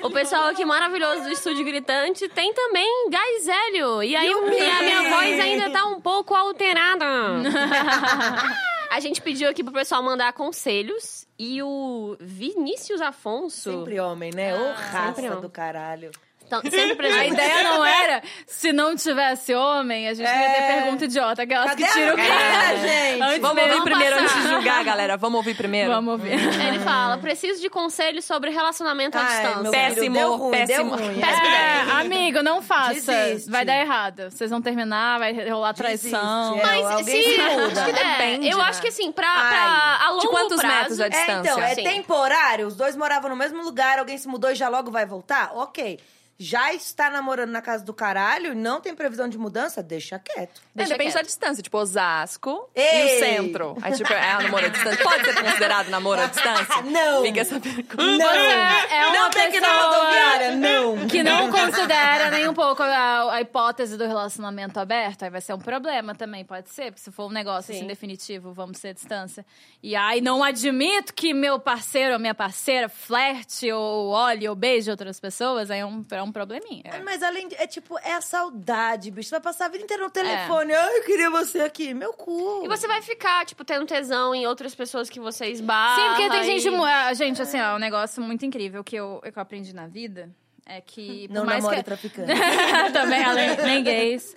A: O pessoal aqui maravilhoso do Estúdio Gritante tem também gás hélio. E aí e a
C: *laughs*
A: minha voz ainda tá um pouco alterada. *laughs* a gente pediu aqui pro pessoal mandar conselhos. E o Vinícius Afonso...
B: *laughs* Sempre homem, né? Ô, raça
A: homem.
B: do caralho.
A: Então, sempre presente.
C: A
B: *laughs*
C: ideia não era, se não tivesse homem, a gente não ia ter pergunta idiota, aquelas
B: É. Cadê
C: que tiram
B: a
C: o cara.
B: cara, gente?
C: Antes
D: Vamos
C: mesmo
D: ouvir primeiro
C: passar.
D: antes de julgar, galera. Vamos ouvir primeiro?
C: Vamos ouvir.
A: Ele fala, preciso de conselhos sobre relacionamento à
B: Ai,
A: distância.
B: meu
D: Péssimo,
B: filho, deu ruim,
D: péssimo.
B: Deu ruim.
A: Péssimo.
C: É, amigo, não faça.
B: Desiste.
C: Vai dar errado. Vocês vão terminar, vai rolar traição.
B: Desiste, é,
A: Mas
B: alguém
A: se...
B: se muda.
A: É,
D: depende,
A: eu
D: né?
A: acho que assim, pra,
B: Ai.
A: pra a longo
D: De quantos
A: prazo...
D: metros a
B: É,
D: distância?
B: então, é
A: Sim.
B: temporário. Os dois moravam no mesmo lugar, alguém se mudou e já logo vai voltar? Ok. Já está namorando na casa do caralho, não tem previsão de mudança? Deixa quieto.
D: É,
A: Deixa
D: depende
A: quieto.
D: da distância, tipo Osasco e
B: Ei!
D: o centro. Aí, tipo, é a namoro à distância. Pode ser considerado namoro à *laughs* distância?
B: Não. é
D: Fica essa pergunta.
C: Você é uma
B: não tem que ir na
C: pessoa-
B: rodoviária, não.
C: que não considera nem um pouco a, a hipótese do relacionamento aberto, aí vai ser um problema também, pode ser, porque se for um negócio assim definitivo, vamos ser distância. E aí não admito que meu parceiro ou minha parceira flerte ou olhe ou beije outras pessoas, aí é um, é um probleminha.
B: Ah, Mas além de. É tipo, é a saudade, bicho. Vai passar a vida
C: É.
B: inteira no telefone. Ai, eu queria você aqui. Meu cu.
A: E você vai ficar, tipo, tendo tesão em outras pessoas que vocês barram.
C: Sim, porque tem
A: e-
C: gente. mu- ah, Gente, assim, ó, um negócio muito incrível que eu, que eu aprendi na vida é que. por
B: Não
C: mais
B: namore
C: que...
B: traficante.
C: *laughs* Também, além, nem gays.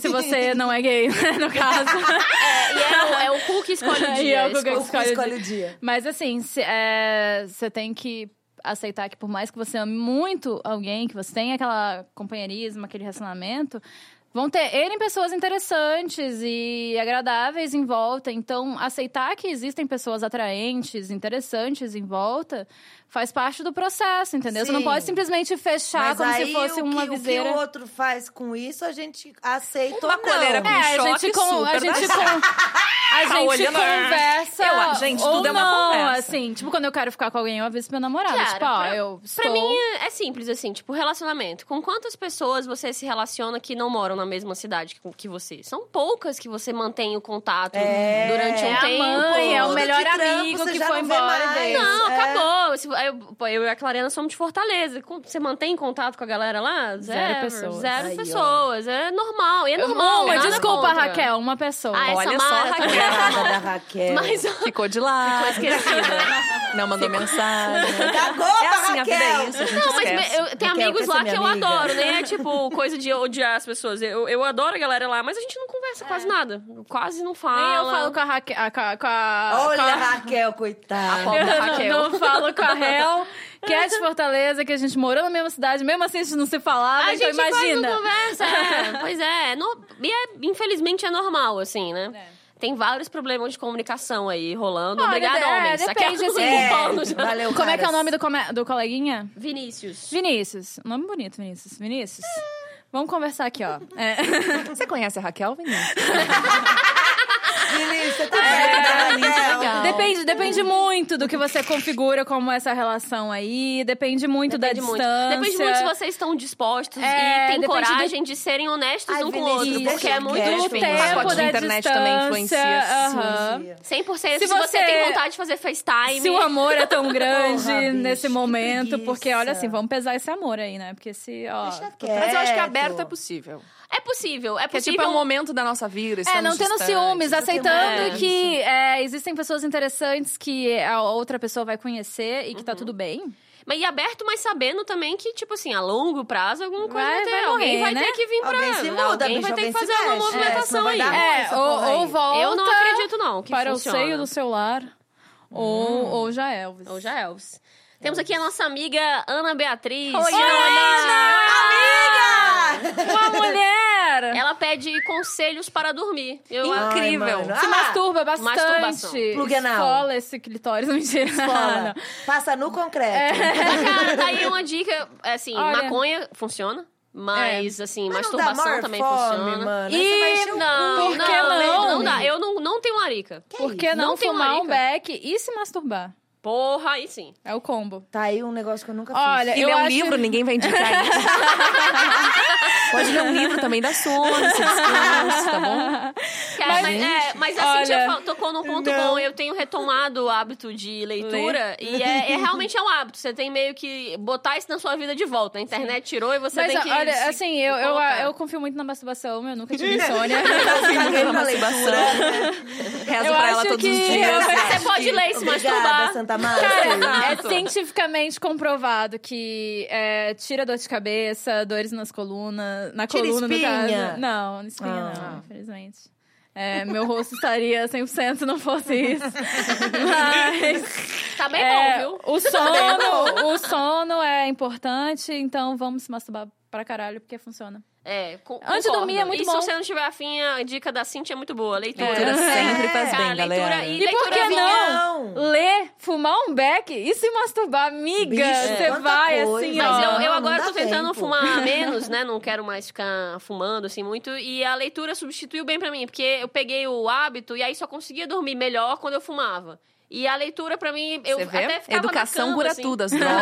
C: Se você não é gay, *laughs* no caso.
A: É, e é, o- é o cu que escolhe o
C: *laughs* E
A: dia.
C: é o cu que
B: O cu
C: escolhe o
B: escolhe
C: dia.
B: o dia.
C: Mas assim, você tem que aceitar que por mais que você ame muito alguém, que você tenha aquela companheirismo, aquele relacionamento, Vão ter N pessoas interessantes e agradáveis em volta. Então, aceitar que existem pessoas atraentes, interessantes em volta, faz parte do processo, entendeu? Você não
B: Sim.
C: pode simplesmente fechar
B: Mas
C: como
B: aí,
C: se fosse
B: o
C: uma
B: que,
C: viseira.
B: O que o outro faz com isso, a gente né? aceita
D: Uma
B: ou não.
D: coleira com
C: É, a
D: choque
C: gente, com, *laughs* a
D: super
C: gente,
D: dá
C: com, a
D: Tá
C: gente
D: olhando, é.
C: conversa.
D: Eu acho, gente,
C: ou
D: tudo é uma
C: não,
D: conversa.
C: assim. Tipo, quando eu quero ficar com alguém, eu aviso meu namorado.
A: Cara,
C: tipo, ó,
A: pra-
C: eu estou...
A: Pra mim é, é simples, assim, tipo, relacionamento. Com quantas pessoas você se relaciona que não moram na mesma cidade que, que você? São poucas que você mantém o contato
B: É.
A: durante um
C: É a
A: tempo.
C: mãe, é o
B: Muda de
C: melhor
B: trampo,
C: amigo
B: você
C: que
B: já
C: foi
B: não vê
C: embora
B: mais.
C: dele.
A: Não,
C: *laughs*
B: É.
A: acabou. Se- Eu, pô, eu e a Clarena somos de Fortaleza. Com- Você mantém contato com a galera lá? Zero,
C: pessoas.
A: Zero
B: Aí, ó.
A: pessoas. É normal. E é normal.
C: Uma,
A: nada
C: desculpa,
A: contra.
C: Raquel, uma pessoa.
A: Ah, essa
D: Olha só,
A: Mara,
D: Raquel.
C: É
B: Coitada da Raquel.
A: Mas
D: Ficou de lá.
A: esquecida.
D: Não mandou mensagem.
B: Cagou
D: É
B: pra
D: assim, a vida
B: Raquel.
D: é isso, a gente
A: Não, mas
D: esquece.
A: me- eu, tem
B: Raquel,
A: amigos
B: quer ser
A: lá que
B: minha
A: eu
B: amiga?
A: adoro, né? tipo, coisa de odiar as pessoas. Eu, eu adoro a galera lá, mas a gente não conversa quase nada. Quase não fala.
C: Nem eu falo com a Raquel... ah, Com a, com a-
B: Olha
C: com a-
B: a Raquel, coitada.
D: pobre
C: *laughs* Eu
D: Raquel.
C: não, não falo com a Hel, que é de Fortaleza, que a gente morou na mesma cidade, mesmo assim a gente não se falava,
A: A
C: então
A: gente quase
C: imagina.
A: não conversa. é. pois é. No- e é- infelizmente é normal, assim, né? Tem vários problemas de comunicação aí rolando.
C: Olha,
A: Obrigada,
C: é,
A: homens. Aqui
C: depende, assim,
A: é,
B: É,
A: Paulo já-
B: valeu,
C: Como é que é o
B: caras.
C: nome do, come- do coleguinha?
A: Vinícius.
C: Vinícius. Um Nome bonito, Vinícius. Vinícius. Vamos conversar aqui, ó. É.
D: Você conhece a Raquel, Vinícius?
B: Vinícius, você tá
C: É,
B: perto da Raquel.
C: Depende, depende muito do que você configura como essa relação aí. Depende muito
A: Depende
C: da
A: muito.
C: distância.
A: Depende muito se vocês estão dispostos
C: É,
A: e têm
C: depende
A: coragem de serem honestos
B: Ai,
A: um com o
B: Vinícius,
A: outro.
B: deixa
A: Porque
B: eu
A: é muito né?
B: quieto,
C: do
A: difícil.
D: Vinícius.
C: tempo
D: Pacote
C: da
D: de internet também
C: distância.
D: influencia,
C: aham.
B: Sim.
A: 100%.
C: Se
A: Se
C: você
A: você tem vontade de fazer FaceTime...
C: Se o amor é tão grande
B: bicho,
C: nesse
B: que
C: momento,
B: preguiça.
C: porque olha assim, vamos pesar esse amor aí, né? Porque se, ó,
B: Deixa quieto.
D: Mas eu acho que aberto é possível.
A: É possível. É
D: Que é
A: possível.
D: tipo, é um momento da nossa vida.
C: É,
D: estamos
C: não tendo
D: distantes.
C: ciúmes, aceitando
A: mais.
C: que é, existem pessoas interessantes que a outra pessoa vai conhecer e que tá tudo bem.
A: Mas e aberto, mas sabendo também que, tipo assim, a longo prazo, alguma coisa
C: Vai-
A: vai ter.
C: vai
A: alguém
C: morrer,
A: vai
C: né?
A: ter que vir pra.
B: Alguém se muda,
A: alguém
B: bicho,
A: vai ter
B: alguém
A: que fazer
B: se
A: alguma
B: mexe. É, senão
A: movimentação
B: vai
A: aí.
B: dar ruim.
A: É,
C: É,
B: essa
C: ou,
B: porra aí.
C: ou volta
A: Eu não acredito, não, que
C: para
A: funciona. Hum.
C: o seio do celular, ou, ou já é Elvis.
A: Ou já é. Elvis. Temos aqui a nossa amiga Ana Beatriz.
C: Oi,
B: Ah!
C: Amiga! Uma mulher!
B: É,
A: Ela pede conselhos para dormir. Eu
D: Incrível.
B: mano.
C: Se
B: Ah,
C: masturba bastante.
A: masturbação.
B: Plug anal.
C: Esfola esse clitóris, *laughs* não mentira.
B: Bola.
C: Não.
B: Passa no concreto.
C: É.
A: Mas, cara, tá aí uma dica. Assim,
C: Olha. É.
A: maconha funciona, mas, assim,
B: Mas não dá
A: masturbação
B: maior
A: também
B: fome,
A: funciona.
B: mano.
C: E-
B: Aí você vai encher o
A: Não,
B: cu,
C: Por que
A: não,
C: não?
A: não dá. Eu não, não tenho larica.
C: Por que não,
A: Não tem
C: fumar um
A: larica.
C: beck e se masturbar?
A: Porra, aí sim.
C: É o combo.
B: Tá aí um negócio que eu nunca fiz.
C: Olha,
D: E
C: eu
D: ler um
C: acho...
D: livro, ninguém vai indicar isso. *laughs* Pode ler um livro também, dá sono, se descansa, tá bom?
A: Cara, mas, é, mas a
C: olha,
A: Cintia fa- tocou num ponto bom. Eu tenho retomado o hábito de leitura. E é, é realmente é um hábito. Você tem meio que botar isso na sua vida de volta. A internet tirou e você
C: Mas
A: tem que... se
C: olha, assim, eu, eu,
A: colocar.
C: eu confio muito na masturbação, eu
B: *laughs*
C: nunca tive insônia.
B: Caguei pra leitura.
D: Rezo
C: Eu
D: pra ela
C: acho
D: todos
C: que-
D: os dias.
C: eu
A: Você pode ler e se
B: Obrigada,
A: masturbar.
B: Santa Márcia.
C: É cientificamente comprovado que é, tira dor de cabeça, dores nas colunas. Na
B: Tira
C: coluna, no
B: espinha.
C: caso. Não,
B: Ah.
C: espinha não, infelizmente. É, meu rosto estaria 100% se não fosse isso. Mas.
A: Tá bem bom,
C: é,
A: viu?
C: o sono, o sono é importante, então vamos se masturbar pra caralho, porque funciona.
A: É, con-
C: Antes de
A: concordo.
C: dormir é muito
A: e
C: bom.
A: se você não tiver afim, a dica da Cintia é muito boa. Leitura.
D: Leitura sempre faz
A: Cara,
D: bem, galera.
A: É, leitura e,
C: É. E
A: leitura
C: por que
A: vinha-
B: Hum.
C: não?
D: é
C: Ler, fumar um beck e se masturbar, amiga.
B: Bicho,
C: Você
B: quanta
C: vai
B: coisa.
C: assim, ó. *laughs*
A: Mas eu,
B: Não,
A: eu
B: não
A: agora
B: dá
A: tô tentando
B: tempo.
D: *laughs*
A: fumar menos, né? Não quero mais ficar fumando assim muito. E a leitura substituiu bem pra mim, porque eu peguei o hábito e aí só conseguia dormir melhor quando eu fumava. E a leitura pra mim, eu
D: Você vê?
A: até ficava
D: Educação
A: na cama,
D: cura
A: assim.
D: tudo, as *laughs* drogas.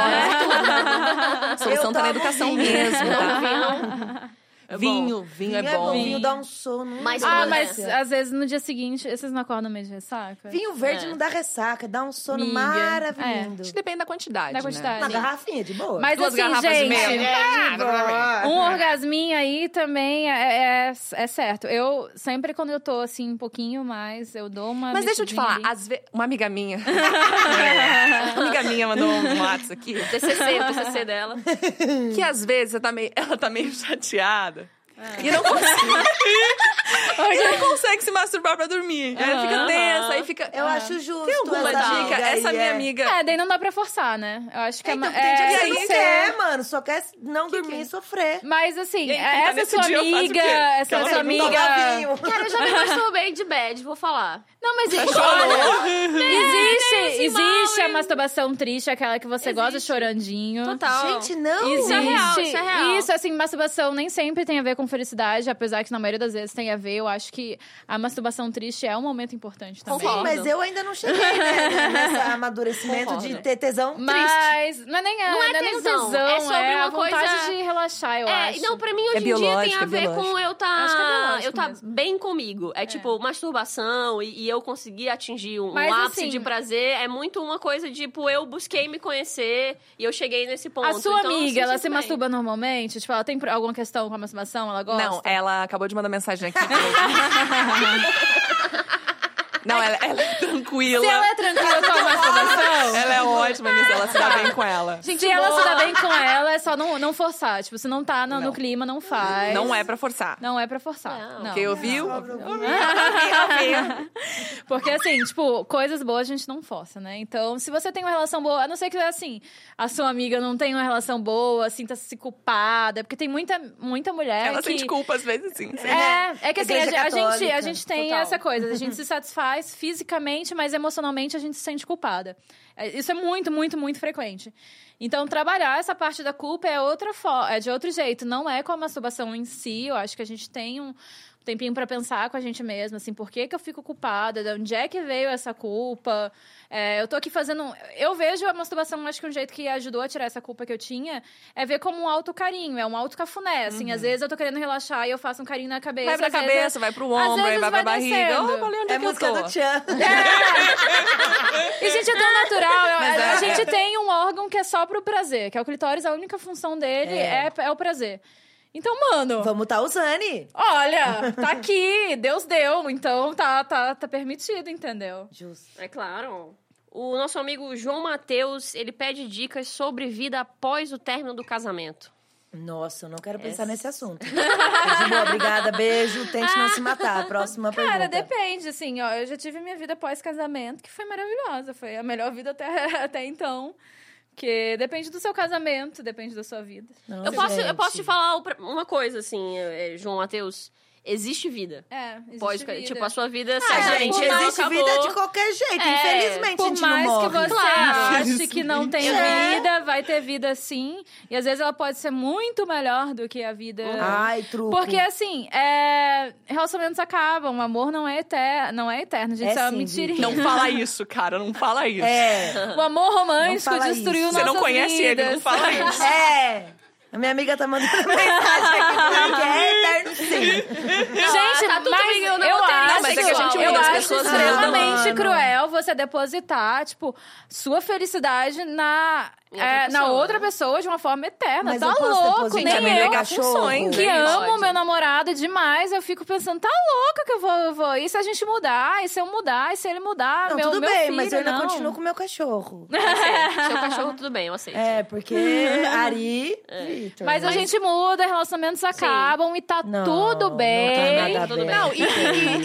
D: Solução
B: Eu
D: tá na
B: tomo
D: educação
B: vinho.
D: mesmo, tá?
A: Não,
D: Vinho, vinho é bom.
B: Vinho dá um sono.
A: Mas-
C: Ah,
A: Olha.
C: mas às vezes no dia seguinte, vocês não acordam meio de ressaca?
B: Vinho verde
A: É.
B: não dá ressaca, dá um sono
C: Miga.
B: maravilhoso.
D: Acho que depende da quantidade,
C: Da
D: né?
C: quantidade.
B: Uma garrafinha de boa.
C: Mas
D: Duas
C: assim,
D: garrafas e
C: gente,
D: meia. é,
C: um orgasminho aí também é, é, é certo. Eu sempre quando eu tô assim um pouquinho mais, eu dou uma
D: Mas deixa eu te
C: mexidinha
D: falar,
C: ali.
D: às vezes... Uma amiga *laughs* minha... uma amiga minha mandou um WhatsApp aqui.
A: TCC, o TCC dela.
D: *laughs* Que às vezes você tá meio- ela tá meio chateada. E não consegue. e não consegue se masturbar pra dormir. Aí fica
C: Aham.
D: tensa, aí fica.
B: Eu acho justo.
D: Tem alguma
B: essa
D: dica?
B: amiga aí,
D: Essa minha
B: é.
D: amiga.
C: É, daí não dá pra forçar, né? Eu acho que
B: É,
C: é,
B: então,
C: ma-
B: tem dia que
C: é,
B: você
C: eu
B: não
C: sei.
B: quer, mano. Só quer não dormir e sofrer.
C: Mas assim,
D: aí,
C: essa
D: nesse
C: sua
D: dia eu faço o
C: amiga,
D: quê?
C: essa
D: Aquela
C: sua
D: pergunta
A: *laughs*
C: amiga.
A: Cara, eu já me masturbei de bad, vou falar.
C: Não,
D: Tá
C: mas existe, existe, existe a masturbação triste, aquela que você gosta chorandinho.
A: Total.
B: Gente, não.
A: Isso é real,
C: Existe.
A: isso é real.
C: Isso, assim, masturbação nem sempre tem a ver com felicidade, apesar que na maioria das vezes tem a ver. Eu acho que a masturbação triste é um momento importante também.
A: Concordo.
B: Mas eu ainda não cheguei né, nesse amadurecimento
A: Concordo.
B: de ter tesão triste.
C: Mas não é nem a,
A: Não é
C: nem
A: tesão,
C: tesão,
A: é sobre
C: a
A: uma coisa-
C: vontade de relaxar, eu
A: É,
C: acho.
A: não, pra mim hoje
D: É
A: em dia tem
D: biológico,
A: a
D: é
A: ver com
D: biológico.
A: eu
C: Acho que é
A: tá,
C: biológico
A: eu tá
C: mesmo.
A: bem comigo. É, tipo, masturbação e, e eu conseguir atingir um,
C: Mas,
A: ápice
C: assim,
A: de prazer. É muito uma coisa, tipo, eu busquei me conhecer e eu cheguei nesse ponto.
C: A sua
A: Então, eu
C: amiga, ela
A: sinto
C: se
A: bem.
C: masturba normalmente? Tipo, ela tem pro- alguma questão com a masturbação? Ela gosta?
D: Não, ela acabou de mandar mensagem aqui. Não, ela, ela é tranquila.
C: Se ela é tranquila
D: *laughs*
C: com a masturbação...
D: Ela é ótima nisso, ela se dá bem com ela.
C: Gente, se ela se dá bem com ela, é só não, não forçar. Tipo, se não tá no, no
D: Não.
C: clima, não faz.
D: Não é pra forçar.
C: Não é pra forçar.
A: Não.
C: Não.
D: Quem ouviu?
C: Porque assim, tipo, coisas boas a gente não força, né? Então, se você tem uma relação boa, a não ser que assim, a sua amiga não tenha uma relação boa, sinta-se culpada, é porque tem muita, muita mulher
D: Ela
C: é que...
D: sente culpa né? às vezes, sim.
C: É, é que assim, a,
B: Igreja
C: a gente, a
B: católica,
C: gente tem
B: total.
C: essa coisa, a gente se satisfaz fisicamente, mas emocionalmente a gente se sente culpada. É, Isso é muito, muito, muito frequente. Então, trabalhar essa parte da culpa é outra fo- é de outro jeito, não é com a masturbação em si, eu acho que a gente tem um tempinho pra pensar com a gente mesma, assim, por que que eu fico culpada, de onde é que veio essa culpa, É, eu tô aqui fazendo, eu vejo a masturbação, acho que um jeito que ajudou a tirar essa culpa que eu tinha, é ver como um alto carinho, é um alto cafuné, assim, às vezes eu tô querendo relaxar e eu faço um carinho na cabeça,
D: Vai pra
C: às vezes
D: Uhum. cabeça, vai pro
C: às
D: ombro, aí
C: vezes
D: vai pra
C: vai
D: barriga.
C: descendo.
D: Oh, olha onde
B: É
D: é que eu
B: música
D: tô.
B: do Tchan.
C: E, gente, é tão natural. Eu-
D: *laughs* Mas
C: a, a
D: é.
C: gente tem um órgão que é só pro prazer, que é o clitóris, a única função dele é, é, o prazer. Então, mano,
B: Vamos tá usando.
C: olha, tá aqui, Deus deu, então tá, tá, tá permitido, entendeu?
B: Justo.
A: É claro. O nosso amigo João Matheus, ele pede dicas sobre vida após o término do casamento.
B: Nossa, eu não quero pensar nesse assunto. De boa, obrigada, beijo. Tente não se matar. Próxima pergunta.
C: Cara, depende, assim, ó, eu já tive minha vida pós-casamento, que foi maravilhosa, foi a melhor vida até, *laughs* até então. Porque depende do seu casamento, depende da sua vida.
B: Nossa,
A: Eu posso, eu
B: gente.
A: posso te falar o- uma coisa, assim, eh, eh, João Matheus. Existe vida.
C: É, existe
A: Pós,
C: vida.
A: Tipo, a sua vida... se
B: Ah,
A: a vida
B: gente,
A: normal
B: existe
A: acabou.
B: vida de qualquer jeito.
A: É,
B: Infelizmente, a
C: Por
B: gente não
C: mais que
B: morre.
C: você
A: Claro.
C: ache que não tem
B: É.
C: vida, vai ter vida sim. E às vezes ela pode ser muito melhor do que a vida.
B: Ai, truco.
C: Porque, assim, é, relacionamentos acabam, o amor não é eterno, não é eterno, gente.
B: É
C: isso é uma
B: sim,
C: mentirinha.
D: Não fala isso, cara, não fala isso.
B: É,
C: O amor romântico
B: Não fala
C: destruiu
B: isso.
D: Você não
C: nossas
D: conhece ele, não
C: vidas.
D: *laughs* fala isso.
B: é. A minha amiga tá mandando *laughs* mensagem aqui falando que é eterno sim.
C: Gente,
A: tá tudo
C: mas
A: bem, eu
C: eu,
A: não vou ter
C: acho,
A: nada
D: Mas é que a gente
C: eu
D: muda, as
C: acho
D: pessoas mudam.
C: extremamente
B: Mano.
C: cruel você depositar, tipo, sua felicidade na,
A: Em outra
C: é, na
A: pessoa,
C: outra
A: né?
C: pessoa de uma forma eterna.
B: Mas
C: tá
B: eu posso
C: louco,
B: depositar
D: no
C: nem
D: meu
C: eu.
D: cachorro?
B: Sonho.
C: que
A: Não
C: amo
A: pode.
C: meu namorado demais, eu fico pensando, tá louca que eu vou, eu vou. E se a gente mudar? E se eu mudar? E se ele mudar?
B: Não,
C: meu,
B: tudo
C: meu
B: bem,
C: filho,
B: mas eu ainda
C: não.
B: continuo com o meu cachorro.
A: Seu cachorro, tudo bem, eu aceito.
B: É, porque
C: *laughs*
B: Ari, Vitor.
C: É. Mas a gente muda, relacionamentos acabam e tá
B: Não,
C: tudo
B: Não, tá
C: bem.
B: nada
A: Tudo
B: bem.
A: bem.
D: Não, e,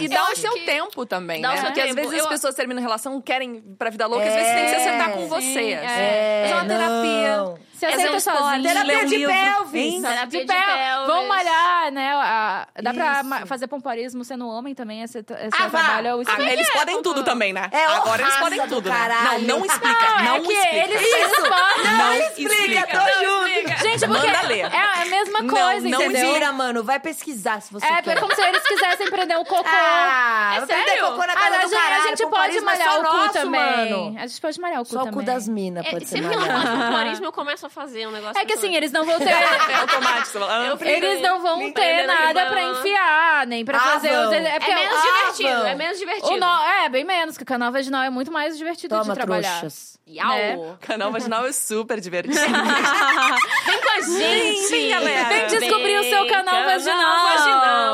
D: *laughs* e- e dá um o
A: acho
D: seu
A: que-
D: tempo também,
A: dá o
D: né?
A: seu
D: Porque às
A: tempo.
D: vezes as
A: Eu-
D: pessoas terminam relação, querem pra vida louca, às vezes
B: É.
D: tem que se acertar com
B: Sim,
D: você.
C: é.
D: Mas é uma terapia.
C: Se
D: Essa é
C: aceita
D: uma história,
C: sozinho.
D: lê um
B: Terapia de
D: livro.
B: pelvis.
D: Hein?
A: Terapia de
C: pel-
A: pelvis.
C: Vão malhar, né? a- dá pra
B: Isso.
C: ma- fazer pompoarismo sendo homem também, esse, esse
B: Ah, vá.
C: trabalho é o
D: Ah, eles podem tudo também, né?
B: É o
D: Agora eles
B: raça
D: podem
B: do
D: tudo, né? Não,
B: caralho.
D: não explica,
C: é
D: não
C: que
D: explica.
C: eles se esforçam.
D: Não
B: Explica, tô junto.
C: Gente, porque
D: Manda ler.
C: é a mesma
D: Não,
C: coisa,
D: não
C: entendeu?
B: Mentira, mano. Vai pesquisar se você
C: É,
B: quer.
C: é como se eles quisessem prender um cocô.
B: Ah,
A: É
B: vai perder
A: sério?
B: cocô na
C: Ah,
B: casa
C: a
B: do
C: gente,
B: caralho.
C: a gente pode
B: pompoarismo é só
C: malhar o cu
B: nosso,
C: também.
B: Mano.
C: A gente pode malhar o cu
B: Só o
C: tambro
B: cu
C: também.
B: das minas
A: É,
B: pode ser
A: sempre que ela faz *laughs*
B: malhado.
A: pompoarismo, eu começo a fazer um negócio.
C: É que assim,
A: muito
C: eles não vão ter...
D: *laughs* É automático. você fala, ah,
A: Eu-
C: eles não vão
A: Ninguém
C: ter
A: lembra
C: nada
A: que
C: pra
A: não.
C: enfiar, nem pra
B: Ah,
C: fazer... os-
B: vão.
A: doido.
C: porque
A: É menos
C: o- ah,
A: divertido,
B: vão.
A: é menos divertido.
C: o nó, é, bem menos, que o canal vaginal é muito mais divertido
B: Toma,
C: de trabalhar.
B: trouxas.
A: Iau.
C: né?
D: Canal vaginal é super divertido.
A: Vem com a gente!
D: Sim, galera.
C: Vem descobrir o seu canal
A: canal
C: vaginal.
A: *laughs*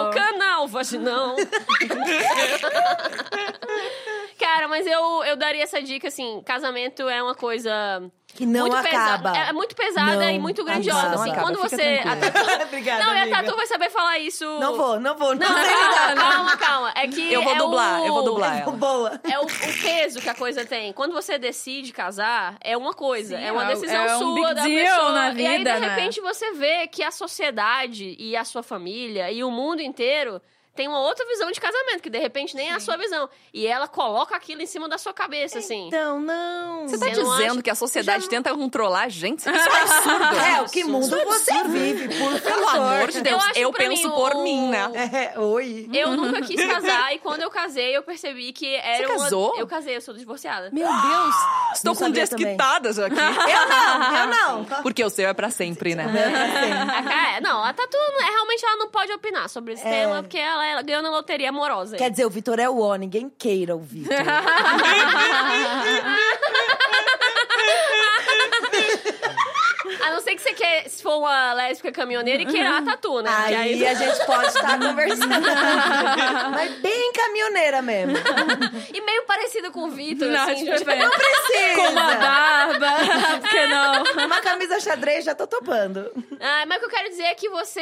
A: vaginal, canal vaginal. *laughs* Cara, mas mas eu, eu daria essa dica, assim, casamento é uma coisa...
B: Que não
A: muito
B: acaba. *laughs*
A: Pesada, é, é muito pesada
B: Não
A: e muito grandiosa,
B: acaba,
A: assim.
B: acaba,
A: Quando
D: fica
A: você...
D: tranquila.
A: a
B: *laughs*
A: Tatu-
B: Obrigada,
A: Não, e a
B: amiga.
A: Tatu vai saber falar isso...
B: Não vou, não vou. Não,
A: Não,
B: sei lidar.
A: calma, calma, calma. É que
D: Eu vou
A: é
D: dublar,
A: o-
D: eu vou dublar ela.
B: Boa.
A: É o, o peso que a coisa tem. Quando você decide casar, é uma coisa.
C: Sim,
A: é uma
C: é-
A: decisão
C: é um
A: sua
C: big
A: da
C: deal
A: pessoa.
C: na
A: e aí, de
C: vida, né?
A: repente, você vê que a sociedade e a sua família e o mundo inteiro tem uma outra visão de casamento, que de repente nem é a sua visão. E ela coloca aquilo em cima da sua cabeça, assim.
B: Então, não.
D: Você tá
A: Você não
D: dizendo
A: acha-
D: que a sociedade tenta controlar a gente? Isso é um absurdo.
B: É, o que mundo você vive, por favor.
D: Pelo amor de Deus,
A: acho
D: eu
A: pra mim
D: penso
A: o-
D: por mim, né?
B: *laughs* É, oi.
A: Eu nunca quis casar e quando eu casei, eu percebi que era uma-
D: casou?
A: Eu casei, eu sou divorciada.
D: Meu Deus! Estou
B: Não
D: com um
B: sabia
D: desquitadas aqui.
B: *laughs* Eu não, eu não.
D: Porque o seu é pra sempre, né?
A: A Ca- é, não, a Tatu é, realmente ela não pode opinar sobre esse
B: É.
A: tema, porque ela, ela ganhou na loteria amorosa.
B: Quer dizer, o Vitor é o O, ninguém queira o Vitor.
A: A não ser que você quer, se for uma lésbica caminhoneira e queira a tatu, né? Porque
B: Uhum. Aí a gente pode estar conversando. Mas bem caminhoneira mesmo.
A: E meio parecida com o Vitor,
C: Não,
A: assim.
C: tipo,
A: tipo,
C: é, com uma
B: Precisa.
C: barba, *laughs* por que não?
B: Uma camisa xadrez, já tô topando.
A: *laughs* Ah, mas o que eu quero dizer é que você...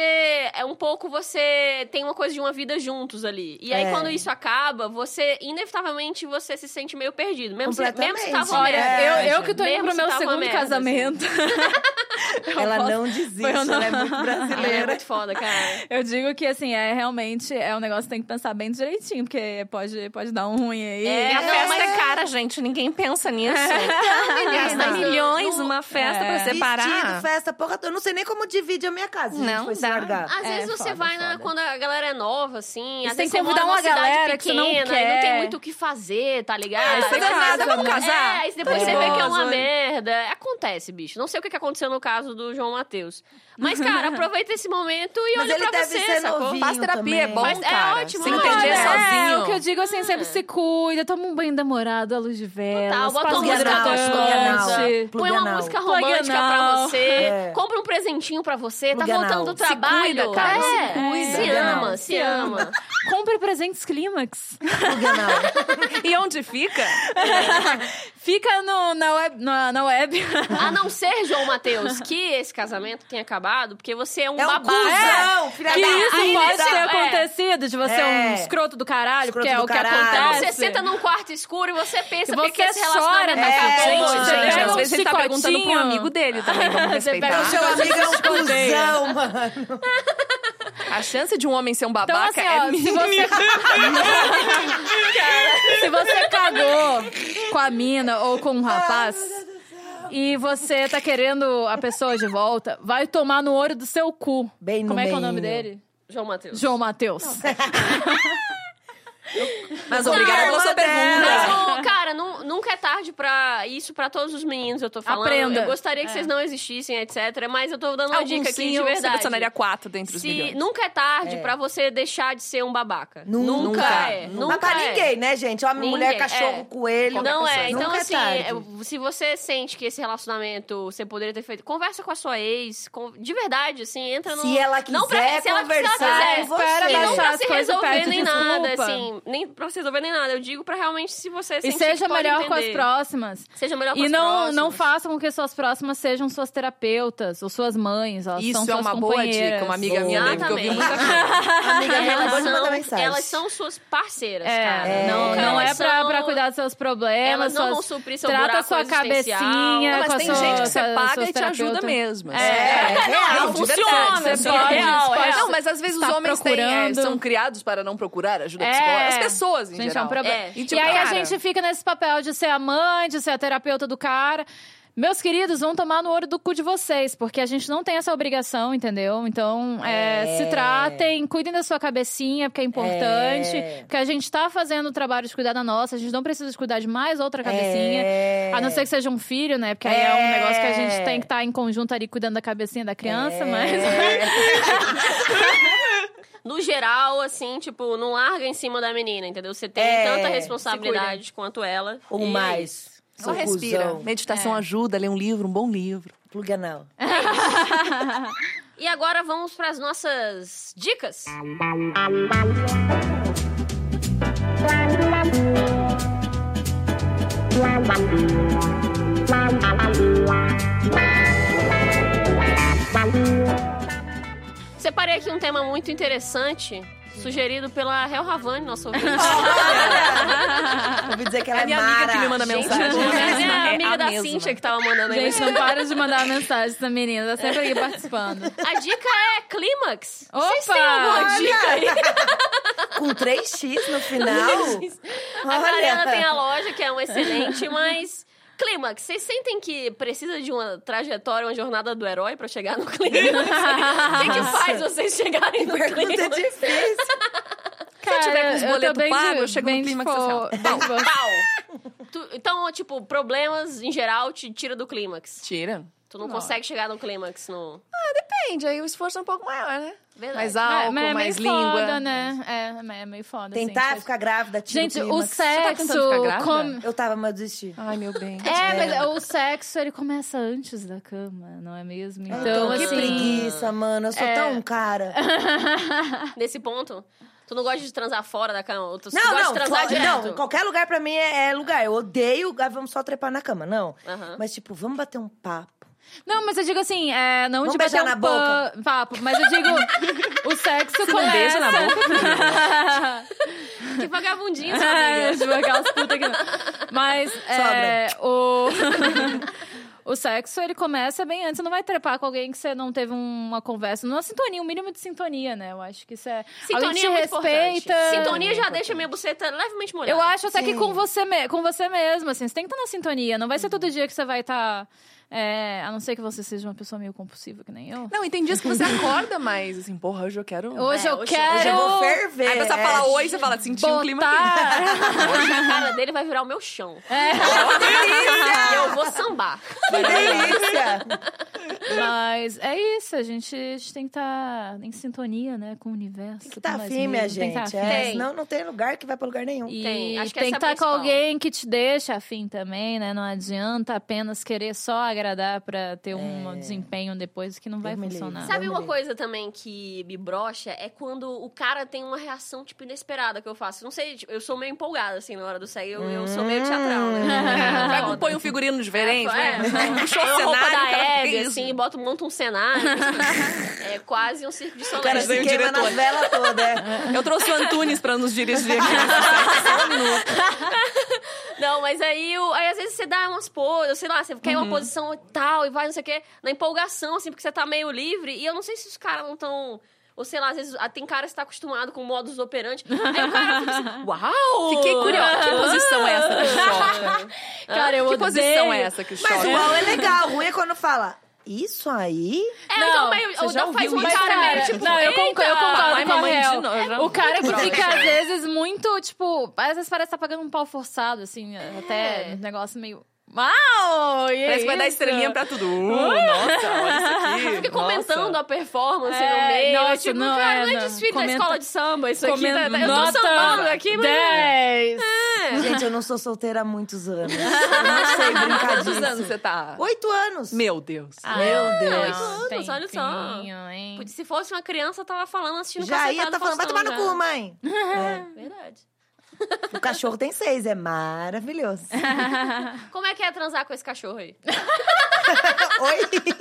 A: É um pouco você tem uma coisa de uma vida juntos ali. E aí,
B: É.
A: quando isso acaba, você... Inevitavelmente, você se sente meio perdido. Mesmo se, mesmo se
B: Completamente.
A: tava uma
C: Olha,
A: merda.
B: É,
C: eu, eu que tô
A: Mesmo
C: indo pro
A: se
C: meu
A: tava uma
C: segundo
A: merda, assim.
C: casamento. *laughs* Eu
B: Ela
C: posso-
B: não desiste,
C: Foi, eu não-
B: ela é muito
A: Ela é
B: brasileira.
A: muito foda, cara.
C: Eu digo que, assim, é realmente é um negócio que tem que pensar bem direitinho, porque pode, pode dar um ruim aí.
A: É,
D: A
A: não,
D: festa
A: mas-
D: é cara, gente. Ninguém pensa nisso. Gasta
B: é
A: menina,
D: milhões
A: não-
D: numa festa
C: É.
D: pra separar.
B: Vestido, festa, porra. toda. Eu não sei nem como divide a minha casa.
D: Não
B: foi se
D: dá.
B: largar.
A: Às
C: É,
A: vezes você
C: foda,
A: vai na-
C: foda.
A: quando a galera é nova, assim.
C: E
A: às
C: tem
A: vezes
C: que
A: você mora
C: convidar
A: numa
C: uma
A: cidade
C: galera que você
A: pequena,
C: não
A: e não tem
C: quer.
A: muito o que fazer, tá ligado?
D: Ah, você
A: Às vezes-
D: casa, vamos
A: É,
D: casar.
A: aí depois você
D: Tá
A: vê que é
D: nervosa,
A: uma
D: né?
A: merda. Acontece, bicho. Não sei o que que aconteceu no caso do João Matheus. Mas, cara, aproveita esse momento e
B: Mas
A: olha
B: ele
A: pra
B: deve
A: você,
B: ser
A: sacou?
B: novinho
D: Faz terapia, é
B: também.
D: bom,
A: Mas é
D: cara.
A: ótimo,
D: Se
A: né?
D: entender
A: É,
D: sozinho.
C: o que eu digo assim, sempre se cuida, toma um banho demorado à luz de vela.
A: Total, Tá, bota um
C: né? passa um
A: uma música
C: hidratante.
B: gostosa.
A: Põe uma
B: Pluganal.
A: música romântica
C: Pluganal.
A: pra você.
B: É.
A: Compra um presentinho pra você. Tá
B: Pluganal.
A: voltando do
B: Se
A: trabalho.
D: cuida, cara, se
A: É,
D: cuida.
A: se
B: Pluganal.
A: ama, se ama.
C: Compre presentes clímax. *laughs*
B: Pluganal.
D: *laughs* E onde fica?
C: Fica no, na web. Na, na web.
A: A não ser, João Matheus, que esse casamento tenha acabado, porque você é *laughs* um
B: É um
A: babá.
B: cuzão, filha
C: Que
B: da...
C: isso
A: aí
C: pode
A: nesse-
C: ter
A: é.
C: acontecido, de você é um
B: É.
C: escroto do caralho,
B: Escroto
C: porque é
B: do
C: o que
B: caralho.
A: Então
C: acontece.
A: você senta num quarto escuro e você pensa
C: E
A: por que que
C: você
A: esse relacionamento
C: chora,
A: acabou.
B: né?
A: Gente,
B: É,
A: gente,
D: Gente,
C: pega
D: às
C: um
D: vezes ele tá
C: chicotinho.
D: perguntando pra um amigo dele também. Vamos
C: Você pega
D: respeitar.
C: um
B: O seu amigo é um cuzão, mano.
D: A chance de um homem ser um
C: Então,
D: babaca
C: assim,
D: é
C: ó, se
D: mínima.
C: você. se você cagou com a mina ou com um rapaz. E você tá querendo a pessoa de volta, vai tomar no olho do seu cu.
B: Bem no
C: Como é que é o nome
B: meinho.
C: dele?
A: João Matheus.
C: João Matheus.
D: Mas obrigada pela
B: é
D: sua pergunta.
A: Mas, ô, cara, nu- nunca é tarde pra isso pra todos os meninos, eu tô falando.
C: Aprenda.
A: Eu gostaria que vocês não existissem, etc. Mas eu tô dando uma
D: Algum
A: dica aqui
D: sim,
A: de
D: eu
A: verdade.
D: selecionaria quatro dentre os
A: Se,
D: milhões.
A: nunca é tarde pra você deixar de ser um babaca.
B: Nunca.
A: é.
D: Nunca.
A: Nunca
B: Mas pra
A: é.
B: ninguém, né, gente? Homem, mulher,
A: Ninguém,
B: cachorro,
A: é.
B: coelho.
A: Não
B: qualquer
A: é,
B: pessoa.
A: então
B: Nunca
A: assim,
B: tarde.
A: é, se você sente que esse relacionamento você poderia ter feito, conversa com a sua ex, com- de verdade, assim, entra no.
B: Se ela
A: não pra,
B: quiser
A: se ela, se ela
B: conversar
A: quiser,
B: com você. É.
A: E não
C: Baixar
A: pra
C: as
A: se
C: coisas e
A: resolver
C: pede
A: nem nada,
C: desculpa.
A: assim. Nem pra se resolver nem nada. Eu digo pra realmente se você
C: E
A: sentir
C: seja
A: que pode
C: melhor com as
A: entender.
C: próximas.
A: Seja melhor com
C: E
A: as
C: não, não
A: próximas.
C: faça com que suas próximas sejam suas terapeutas ou suas mães. Elas são
D: Isso é
C: suas
D: uma boa dica.
C: companheiras.
D: Uma amiga minha deve que eu vi
A: Exatamente.
D: muita
A: *laughs*
B: Amiga minha acabou
A: Elas
B: de mandar
A: são,
B: mensagem.
A: elas são suas parceiras,
C: É,
A: cara. né?
C: não,
A: Nunca
C: não é
A: elas
C: pra,
A: são-
C: pra cuidar dos seus problemas.
A: Elas não
C: suas-
A: vão suprir seu
C: Trata a
A: buraco
C: sua
A: existencial.
C: cabecinha.
A: Não,
D: Mas
C: com a
D: tem
C: sua-
D: gente que
C: com a-
D: você paga
C: seus
D: e te ajuda
C: terapeutas.
D: mesmo. assim.
B: É, real,
A: não
B: de
A: funciona.
D: verdade, é
A: Você
D: você pode,
A: pode, real,
C: pode-
A: real.
D: Não, mas às vezes os
C: Tá
D: homens têm, é,
C: procurando.
D: são criados para não procurar ajuda
C: É.
D: psicológica. As pessoas, em
C: Gente, é
D: geral.
C: um problema.
A: É.
C: E,
D: tipo,
C: aí a
D: cara,
C: gente fica nesse papel de ser a mãe, de ser a terapeuta do cara. Meus queridos, vão tomar no ouro do cu de vocês, porque a gente não tem essa obrigação, entendeu? Então, é,
B: É.
C: se tratem, cuidem da sua cabecinha, porque é importante.
B: É.
C: Porque a gente tá fazendo o trabalho de cuidar da nossa, a gente não precisa de cuidar de mais outra cabecinha.
B: É.
C: A não ser que seja um filho, né? Porque aí é um negócio que a gente tem que estar em conjunto ali cuidando da cabecinha da
A: É.
C: criança, mas. *laughs*
A: no geral, assim, tipo, não larga em cima da menina, entendeu? Você tem
B: É,
A: tanta
B: se
A: responsabilidade quanto ela.
B: Ou
A: e é
B: mais. Sou
D: Só respira.
B: cuzão.
D: um Meditação
C: É.
D: ajuda, lê um livro, um bom livro.
B: Pluganal.
A: E agora vamos para as nossas dicas. Separei aqui um tema muito interessante, sugerido pela Hel Ravani, nosso ouvinte.
B: *laughs* Ouvi dizer que ela
D: É
B: é,
D: a minha
B: mara.
D: amiga que me manda mensagem.
A: É *laughs* a amiga da
D: mesma.
A: Cíntia que tava mandando aí.
D: *laughs*
C: Gente, não para de mandar mensagem essa menina. Tá sempre aqui participando.
A: A dica é clímax.
C: Opa!
A: Vocês têm alguma dica aí?
B: Com 3x no final.
A: A
B: Olha.
A: Mariana tem a loja, que é uma excelente, mas... Clímax, vocês sentem que precisa de uma trajetória, uma jornada do herói pra chegar no clímax? O que, que faz vocês chegarem no
B: *laughs* Pergunta
A: clímax?
B: difícil.
C: Cara,
D: tiver com os
C: eu tô
D: boletos
C: bem
D: pagos,
C: de-
D: eu chego
C: bem
D: no
C: de
D: clímax,
C: fo- É,
D: assim, ó.
C: bem de fo-
A: Tu- então, tipo, problemas em geral te tira do clímax.
D: Tira.
A: Tu não consegue chegar no clímax no.
D: Depende, aí o esforço é um pouco maior, né?
A: Verdade.
D: Mais
C: É,
D: álcool,
C: mas é meio
D: mais língua.
C: foda, né? É, mas é meio foda. assim,
B: Tentar
C: tipo-
B: ficar grávida, tira
C: Gente, o
B: clímax.
C: sexo.
D: tá tentando ficar grávida?
C: come-
B: Eu tava, mas eu desisti.
D: Ai, meu bem.
C: É, mas o sexo ele começa antes da cama, não é mesmo? Então,
B: que
C: assim.
B: preguiça, mano. Eu sou
C: é.
B: tão um cara.
A: Nesse ponto, tu não gosta de transar fora da cama? ou Tu
B: Não,
A: gosta
B: não,
A: de transar
B: fo-
A: direto?
B: não. Qualquer lugar pra mim é, é lugar. Eu odeio, ah, vamos só trepar na cama, não.
A: Aham.
B: Mas, tipo, vamos bater um papo.
C: Não, mas eu digo assim, é, não
B: Vamos
C: de bater
B: beijar
C: um
B: na boca?
C: pan- papo, mas eu digo, o sexo
D: Não
C: começa.
D: beija na boca.
A: Que vagabundinho, *laughs* sua
C: É,
A: amiga.
C: tipo, aquelas putas que não. Mas é, o. *laughs* O sexo, ele começa bem antes. Você não vai trepar com alguém que você não teve uma conversa. Não é sintonia, um mínimo de sintonia, né? Eu acho que isso é...
A: Sintonia
C: alguém te
A: é muito
C: respeita.
A: importante. Sintonia já deixa minha buceta levemente molhada.
C: Eu acho até que com você, me- com você mesmo, assim. Você tem que estar na sintonia. Não vai
A: Uhum.
C: ser todo dia que você vai estar... é, a não ser que você seja uma pessoa meio compulsiva, que nem eu.
D: Não, e tem dias que você acorda mais, assim, porra, hoje eu quero...
C: Hoje
A: É,
C: eu
A: hoje-
C: quero...
B: Hoje eu vou ferver.
D: Aí você
B: é.
D: fala oi, você fala, senti um
C: *laughs*
D: clima aqui.
C: botar... É.
A: Hoje a cara dele vai virar o meu chão. E eu vou sambar.
B: Que delícia!
C: Mas é isso, a gente, a gente tem que estar em sintonia, né, com o universo.
B: Tem que
C: com
B: tá
C: nós
B: afim, minha
C: mesmos, tem que
B: gente.
C: tá afim.
B: é.
A: Tem.
B: Senão não tem lugar que vai pra lugar nenhum.
C: E
A: Tem, acho que
C: tem
A: essa
C: que
A: é a
C: estar com
A: principal.
C: alguém que te deixa afim também, né? Não adianta apenas querer só agradar pra ter um desempenho depois que não vai
B: É. me livre.
C: funcionar.
B: Sabe-
A: Sabe uma
B: Vamos ver.
A: coisa também que me brocha? É quando o cara tem uma reação, tipo, inesperada que eu faço. Não sei, tipo, eu sou meio empolgada, assim, na hora do sexo. Eu, eu sou meio teatral, né?
D: Vai, põe um figurino diferente,
A: É,
D: né? *laughs* Puxou
A: põe uma
D: o
A: roupa
D: cenário,
A: da
D: cara, que
A: Hebe,
D: isso?
A: assim, bota, monta um cenário. assim. é quase um circo de
B: O
A: solé.
B: cara se
D: vem o
B: queima
D: diretor.
B: nas velas todas, é.
D: Eu trouxe o Antunes pra nos dirigir aqui.
A: Não, mas aí, o- aí às vezes você dá umas poses, sei lá, você quer
B: Uhum.
A: uma posição e tal, e vai, não sei o quê, na empolgação, assim, porque você tá meio livre. E eu não sei se os caras não tão. Ou sei lá, às vezes ah, tem cara que tá acostumado com modus operandi. Aí o cara fica
B: *laughs*
A: assim, uau!
D: Fiquei curiosa. Que posição é essa que
B: né?
D: choca?
C: Cara, eu
D: que
C: odeio.
D: posição é essa que choca?
B: Mas uau é legal. O ruim é quando fala, isso aí?
A: É,
C: Não,
A: então meio.
D: você
A: Ou
D: já
A: então faz
D: ouviu
A: uma
D: isso?
A: cara
D: Mas,
A: meio
D: cara,
A: tipo.
C: não, eu
A: "Eita!"
C: concordo, eu concordo
D: Papai,
C: com a
D: mamãe
C: Hel.
D: de novo, eu já-
C: O cara que
D: Pronto,
C: fica,
D: já.
C: às vezes, muito, tipo... Às vezes parece que tá pagando um pau forçado, assim. Até um negócio meio... Uau! e é
D: É. Parece que vai dar
C: isso?
D: estrelinha pra tudo. Uh, nossa, olha *laughs* isso aqui.
A: Fica
D: Nossa.
A: comentando a performance
C: É,
A: no meio.
C: nossa,
A: eu, tipo,
C: não,
A: cara,
C: é,
A: não é
C: não.
A: desfile
C: Comenta-
A: da escola de samba, isso aqui. Tá,
C: Comendo
A: tá- eu tô
C: nota
A: sambando aqui, mas.
C: 10.
B: Gente, eu não sou solteira há muitos anos. Eu não sei brincar
D: Quantos
B: disso.
D: anos Ah, você tá?
B: Oito anos.
D: Meu Deus.
C: Ah,
B: Meu Deus.
A: anos, olha só.
C: tempinho, hein?
A: Se fosse uma criança, tava falando, assistindo
B: Já ia
A: Cacetada
B: tá falando, vai
A: Faustão,
B: tomar no
A: já.
B: cu, mãe.
A: É, Verdade.
B: O cachorro tem seis, é maravilhoso. *laughs*
A: Como é que é transar com esse cachorro aí?
B: Oi?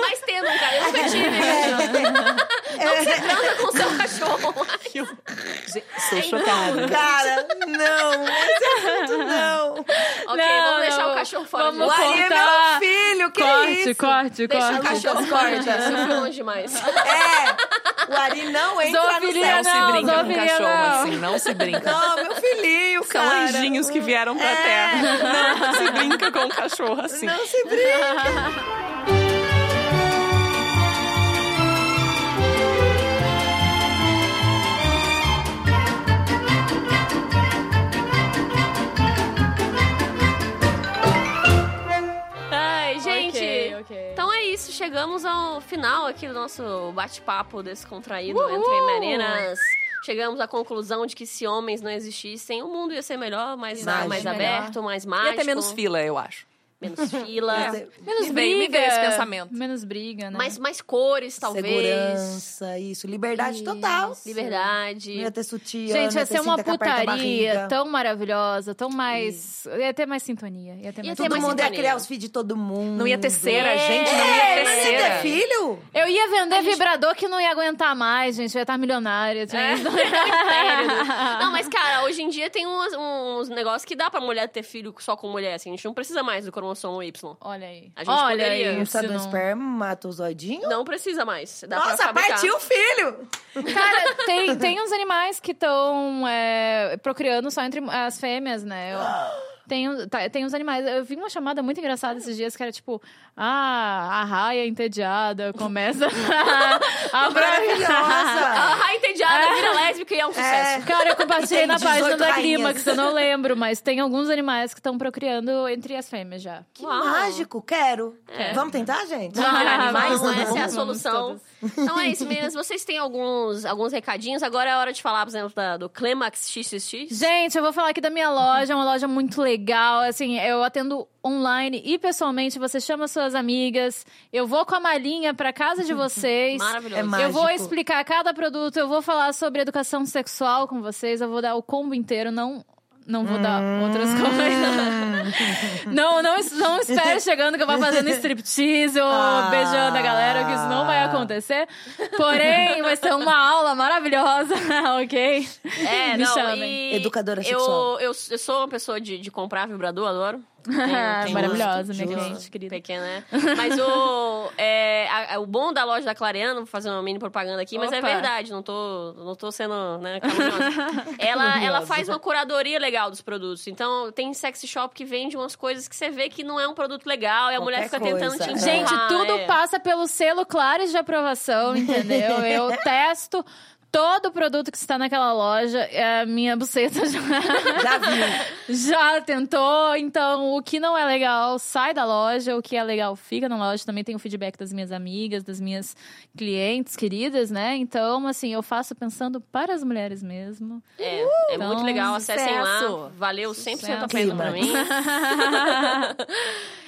A: Mas tendo um cara, eu nunca tive.
B: É.
A: Transa com seu
C: *laughs*
A: cachorro.
D: Estou chocada.
B: Cara, não. Esse assunto não.
A: ok,
C: Não,
A: vamos deixar
C: não.
A: o cachorro fora
C: Vamos
A: de
B: O
A: novo.
B: Ari é
C: Corta.
B: meu filho, que
C: corte,
B: isso?
C: corte,
A: Deixar o
C: corte.
A: cachorro fora disso, isso foi longe
C: *laughs*
A: demais.
B: É, o Ari não entra no céu.
C: Zoofilia
D: Não se brinca com um
C: Zoofilia,
D: cachorro
C: não.
D: assim, não se brinca.
B: Não, meu filhinho,
D: São
B: cara.
D: anjinhos que vieram pra
B: É.
D: *laughs* terra. Não se brinca com um cachorro assim.
B: Não se brinca.
A: Ai, gente.
C: Ok, ok.
A: Então é isso, chegamos ao final aqui do nosso bate-papo descontraído entre meninas. Chegamos à conclusão de que se homens não existissem, o mundo ia ser melhor, mais,
B: Mágico.
A: mais
C: Melhor.
A: aberto, mais
D: E
A: mágico.
D: até menos fila, eu acho.
A: menos fila,
D: Menos bem, tipo, me veio esse pensamento.
C: Menos briga, né?
A: mais, mais cores, talvez.
B: Segurança, isso. Liberdade total.
A: Liberdade.
B: Não ia ter sutiã,
C: Gente,
B: não
C: ia ser
B: cinta
C: uma
B: que aperta a
C: putaria Então,
B: barriga.
C: tão maravilhosa, tão mais. Ia ter mais sintonia. Ia ter
A: Ia ter
B: Todo
C: mais
A: mais
C: sintonia.
B: mundo ia
A: sintonia.
B: criar os filhos de todo mundo. É,
D: Não ia ter cera, gente, não ia ter
B: Mas ia ter
D: cera.
B: filho?
C: Eu ia vender vibrador que não ia aguentar mais, gente. Eu ia
A: *laughs*
C: estar milionária. Gente. *laughs*
A: Sério. Não, mas, cara, hoje em dia tem uns, uns negócios que dá pra mulher ter filho só com mulher, assim. A gente não precisa mais do cromossomo Y.
C: Olha aí.
A: A gente
C: Olha
A: poderia.
C: aí.
B: Não precisa do
C: não-
B: espermatozoidinho?
A: Não precisa mais. Dá pra
B: Nossa,
A: fabricar.
B: partiu o filho!
C: Cara, tem, tem uns animais que estão procriando só entre as fêmeas, né? Eu- tem, um- tá, tem uns animais. Eu vi uma chamada muito engraçada esses dias que era tipo: Ah, a raia entediada começa *laughs* a. a
B: Maravilhosa!
A: Ela raia entediada, Ah, vira lésbica e é um sucesso.
C: Cara, eu compartilhei
B: Tem
C: na página
B: 18
C: da
B: rainhas.
C: Clímax, eu não lembro, mas tem alguns animais que estão procriando entre as fêmeas já.
B: Que
A: Uau.
B: mágico, quero. Vamos tentar, gente?
A: Vamos virar
C: Ah,
A: animais,
C: vamos,
A: essa é a
C: vamos
A: solução. Então é isso, meninas. Vocês têm alguns, alguns recadinhos. Agora é hora de falar, por exemplo, da- do Clemax XXX.
C: Gente, eu vou falar aqui da minha loja, é uma loja muito legal. Assim, eu atendo online e pessoalmente. Você chama suas amigas, eu vou com a malinha pra
A: *laughs*
C: casa de vocês.
A: Maravilhoso.
B: É
C: Eu vou
B: Mágico.
C: explicar cada produto, eu vou falar sobre educação sexual com vocês, eu vou dar o combo inteiro, não. Não vou dar
A: Hum.
C: outras
A: *laughs*
C: coisas. não, não, es- não espere chegando que eu vá fazendo striptease ou
B: Ah.
C: beijando a galera, que isso não vai acontecer. Porém, vai ser uma aula maravilhosa, *laughs* ok?
A: É,
C: *laughs* Me
A: não,
C: chamem.
A: e
B: Educadora
A: eu,
B: sexual.
A: Eu, eu sou uma pessoa de, de comprar vibrador,
C: *laughs*
A: adoro. Tenho-
C: Ah,
A: tenho
C: maravilhosa, minha
A: gosto
C: cliente querida.
A: Pequena, né? Mas o, *laughs* é, a- a- o bom da loja da Clareana, vou fazer uma mini propaganda aqui, mas é
C: Opa.
A: verdade, não tô, não tô sendo né,
C: *laughs*
A: caluniosa. ela, ela faz uma curadoria legal dos produtos. Então, tem sexy shop que vende umas coisas que você vê que não é um produto legal e a mulher fica
B: coisa.
A: tentando te empurrar.
C: Gente, tudo
A: é.
C: passa pelo selo Clares de aprovação, entendeu? Eu testo todo o produto que está naquela loja. é, A minha buceta já, *laughs*
B: Já viu.
C: já tentou. Então, o que não é legal sai da loja, o que é legal fica na loja. Também tem o feedback das minhas amigas, das minhas clientes queridas, né? Então, assim, eu faço pensando para as mulheres mesmo.
A: É, é
C: Então,
A: muito legal, acessem lá.
C: sucesso.
A: Valeu 100% a
C: Sucesso.
A: pena pra mim. *laughs*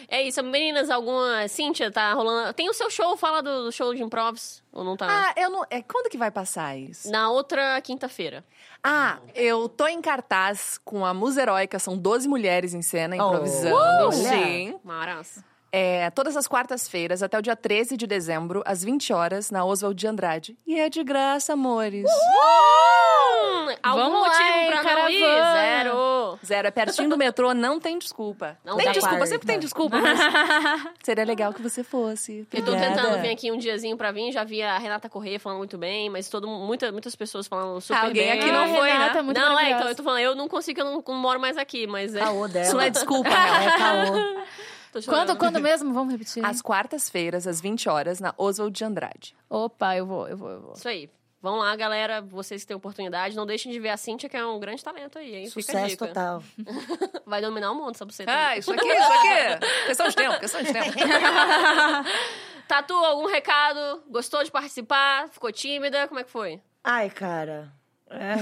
A: é isso, meninas, alguma... Cíntia, tá rolando... Tem o seu show, fala do, do show de improvs, ou não tá?
D: Ah, eu não. É, quando que vai passar isso?
A: Na outra quinta-feira.
D: Ah, eu tô em cartaz com a Musa Heróica, são 12 mulheres em cena improvisando.
B: Olha!
D: Sim.
A: Maravilhoso.
D: É, todas as quartas-feiras, até o dia 13 de dezembro, às 20 horas, na Oswald de Andrade. E é de graça, amores.
A: Hum, algum
C: Vamos lá,
A: motivo
C: hein,
A: pra não
C: caravana.
A: ir? *laughs* Zero.
D: Zero, é pertinho do metrô, não tem desculpa.
A: Não
D: tem
A: tem.
D: desculpa,
B: Claro,
D: sempre
B: né?
D: tem *laughs* desculpa, mas seria legal que você fosse.
A: Eu tô
D: Obrigada.
A: tentando vir aqui um diazinho pra vir, já vi a Renata Corrêa falando muito bem, mas todo, mu- muita, muitas pessoas falando super
D: Ah, alguém
A: bem.
D: aqui não
C: Ah,
D: foi,
C: Renata,
D: né?
C: muito
A: não, é,
C: maravilhosa.
A: então eu tô falando, eu não consigo, eu não, não moro mais aqui, mas é.
B: Caô dela.
D: Isso não é desculpa,
B: É,
D: não.
B: caô.
A: tô chorando.
C: Quando, quando mesmo? Vamos repetir.
D: Às quartas-feiras, às 20 horas, na Oswald de Andrade.
C: Opa, eu vou, eu vou, eu vou.
A: Isso aí. Vão lá, galera, vocês que têm oportunidade. Não deixem de ver a Cíntia, que é um grande talento aí, hein? Fica a
B: Sucesso
A: dica.
B: total.
A: Vai dominar o mundo, só pra você.
D: Ah, isso aqui, isso aqui. Questão de tempo, questão de tempo.
A: *laughs* Tatu, algum recado? Gostou de participar? Ficou tímida? Como é que foi?
B: Ai, cara. É.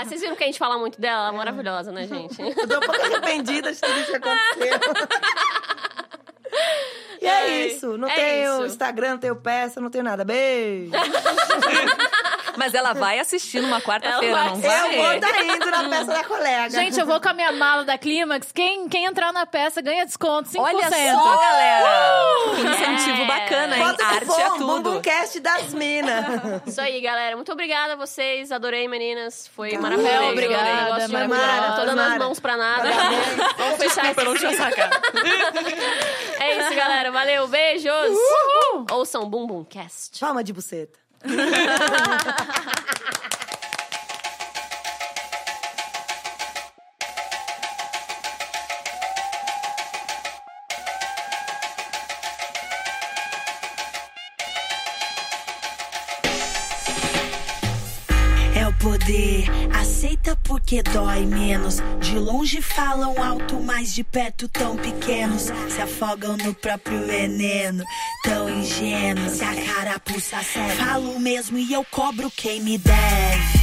A: Ah, vocês viram que a gente fala muito dela? Ela é maravilhosa, né, gente?
B: *laughs* Eu tô um pouco arrependida de tudo isso que aconteceu. E é,
A: Ai,
B: isso. Não
A: é
B: tenho
A: isso.
B: Instagram, não tenho peça, não tenho nada. Beijo.
D: *laughs* Mas ela vai assistir numa quarta-feira,
A: Ela
D: não
B: Eu
D: vai?
B: vou estar indo na peça da colega.
C: Gente, eu vou com a minha mala da Clímax. Quem, quem entrar na peça ganha desconto 5%.
D: Olha só, galera! Que incentivo
A: É.
D: bacana, hein?
B: Bota o
D: Arte é
B: cupom,
D: tudo.
B: Bumbumcast das minas.
A: Isso aí, galera. Muito obrigada a vocês. Adorei, meninas. Foi
B: Caramba,
A: maravilhoso.
C: Mel, obrigada,
A: Adorei. Gosto de
C: Mara,
A: maravilhosa. Tô dando as
B: Mara.
A: mãos pra nada. Vamos fechar
D: Desculpa, eu não tinha sacado.
A: esse- É isso, galera. Valeu. Beijos. Ouçam o Bumbum Cast.
B: Palma de buceta.
G: É o poder, aceita porque dói menos. De longe falam alto, mas de perto tão pequenos. Se afogam no próprio veneno, tão ingênuos. Se a carapuça serve, falo mesmo e eu cobro quem me deve.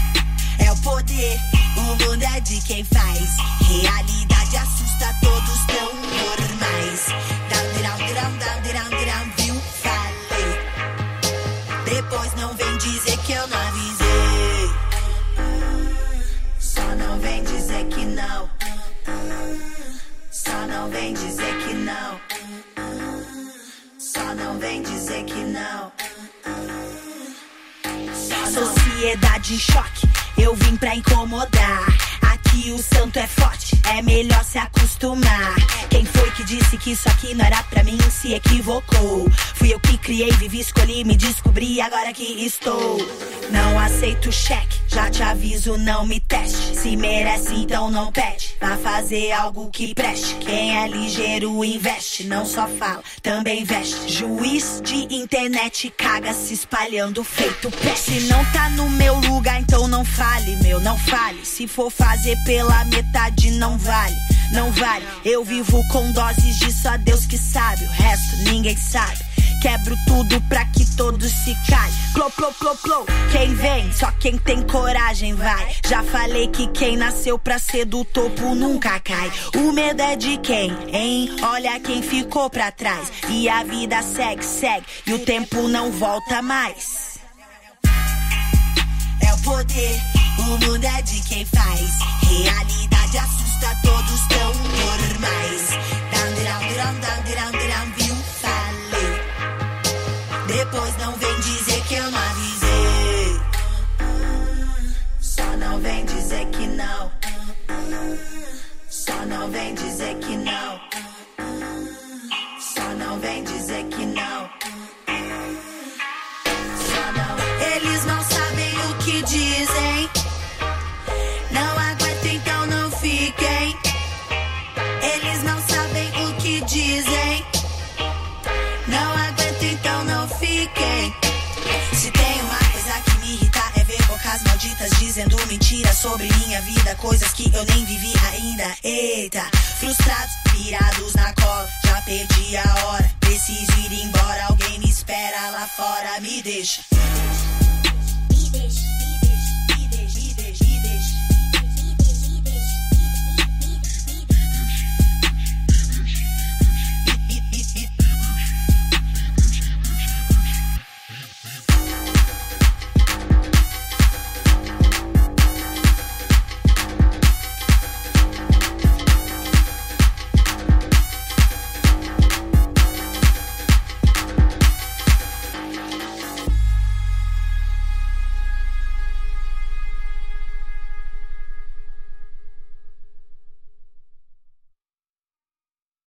G: É o poder, o mundo é de quem faz. Realidade assusta. festa todos tão normais. Dalerão, dirão, dalerão, dirão, viu? Falei. Depois não vem dizer que eu não avisei. Só não vem dizer que não. Só não vem dizer que não. Só não vem dizer que não. Sociedade em choque, eu vim pra incomodar. Aqui o santo é forte, é melhor se acostumar. Quem foi que disse que isso aqui não era pra mim? Se equivocou. Fui eu que criei, vivi, escolhi, me descobri, agora que estou. Não aceito cheque, já te aviso, não me teste. Se merece, então não pede. Vá fazer algo que preste. Quem é ligeiro investe, não só fala, também veste. Juiz de internet caga se espalhando feito peste. Se não tá no meu lugar, então não fale, meu, não fale. Se for fazer pela metade, não vale. Não vale, eu vivo com doses de só Deus que sabe, o resto ninguém sabe. Quebro tudo pra que todos se calem. Plô, plô, plô, plô. Quem vem, só quem tem coragem vai. Já falei que quem nasceu pra ser do topo nunca cai. O medo é de quem, hein? Olha quem ficou pra trás. E a vida segue, segue. E o tempo não volta mais. É o poder, o mundo é de quem faz. Realidade assusta, todos tão normais. Down, down, down, down, down, down, viu? Falei. Depois não vem dizer que eu não avisei. Só não vem dizer que não. Só não vem dizer que não. Só não vem dizer que não. Só não. Eles não sabem o que dizem. Não aguentem, então não fiquem. Eles não sabem o que dizem. Não aguento, então não fiquem. Se tem uma coisa que me irrita é ver bocas malditas dizendo mentiras sobre minha vida, coisas que eu nem vivi ainda. Eita, frustrados, pirados na cola, já perdi a hora. Preciso ir embora, alguém me espera lá fora, me deixa. Me deixa.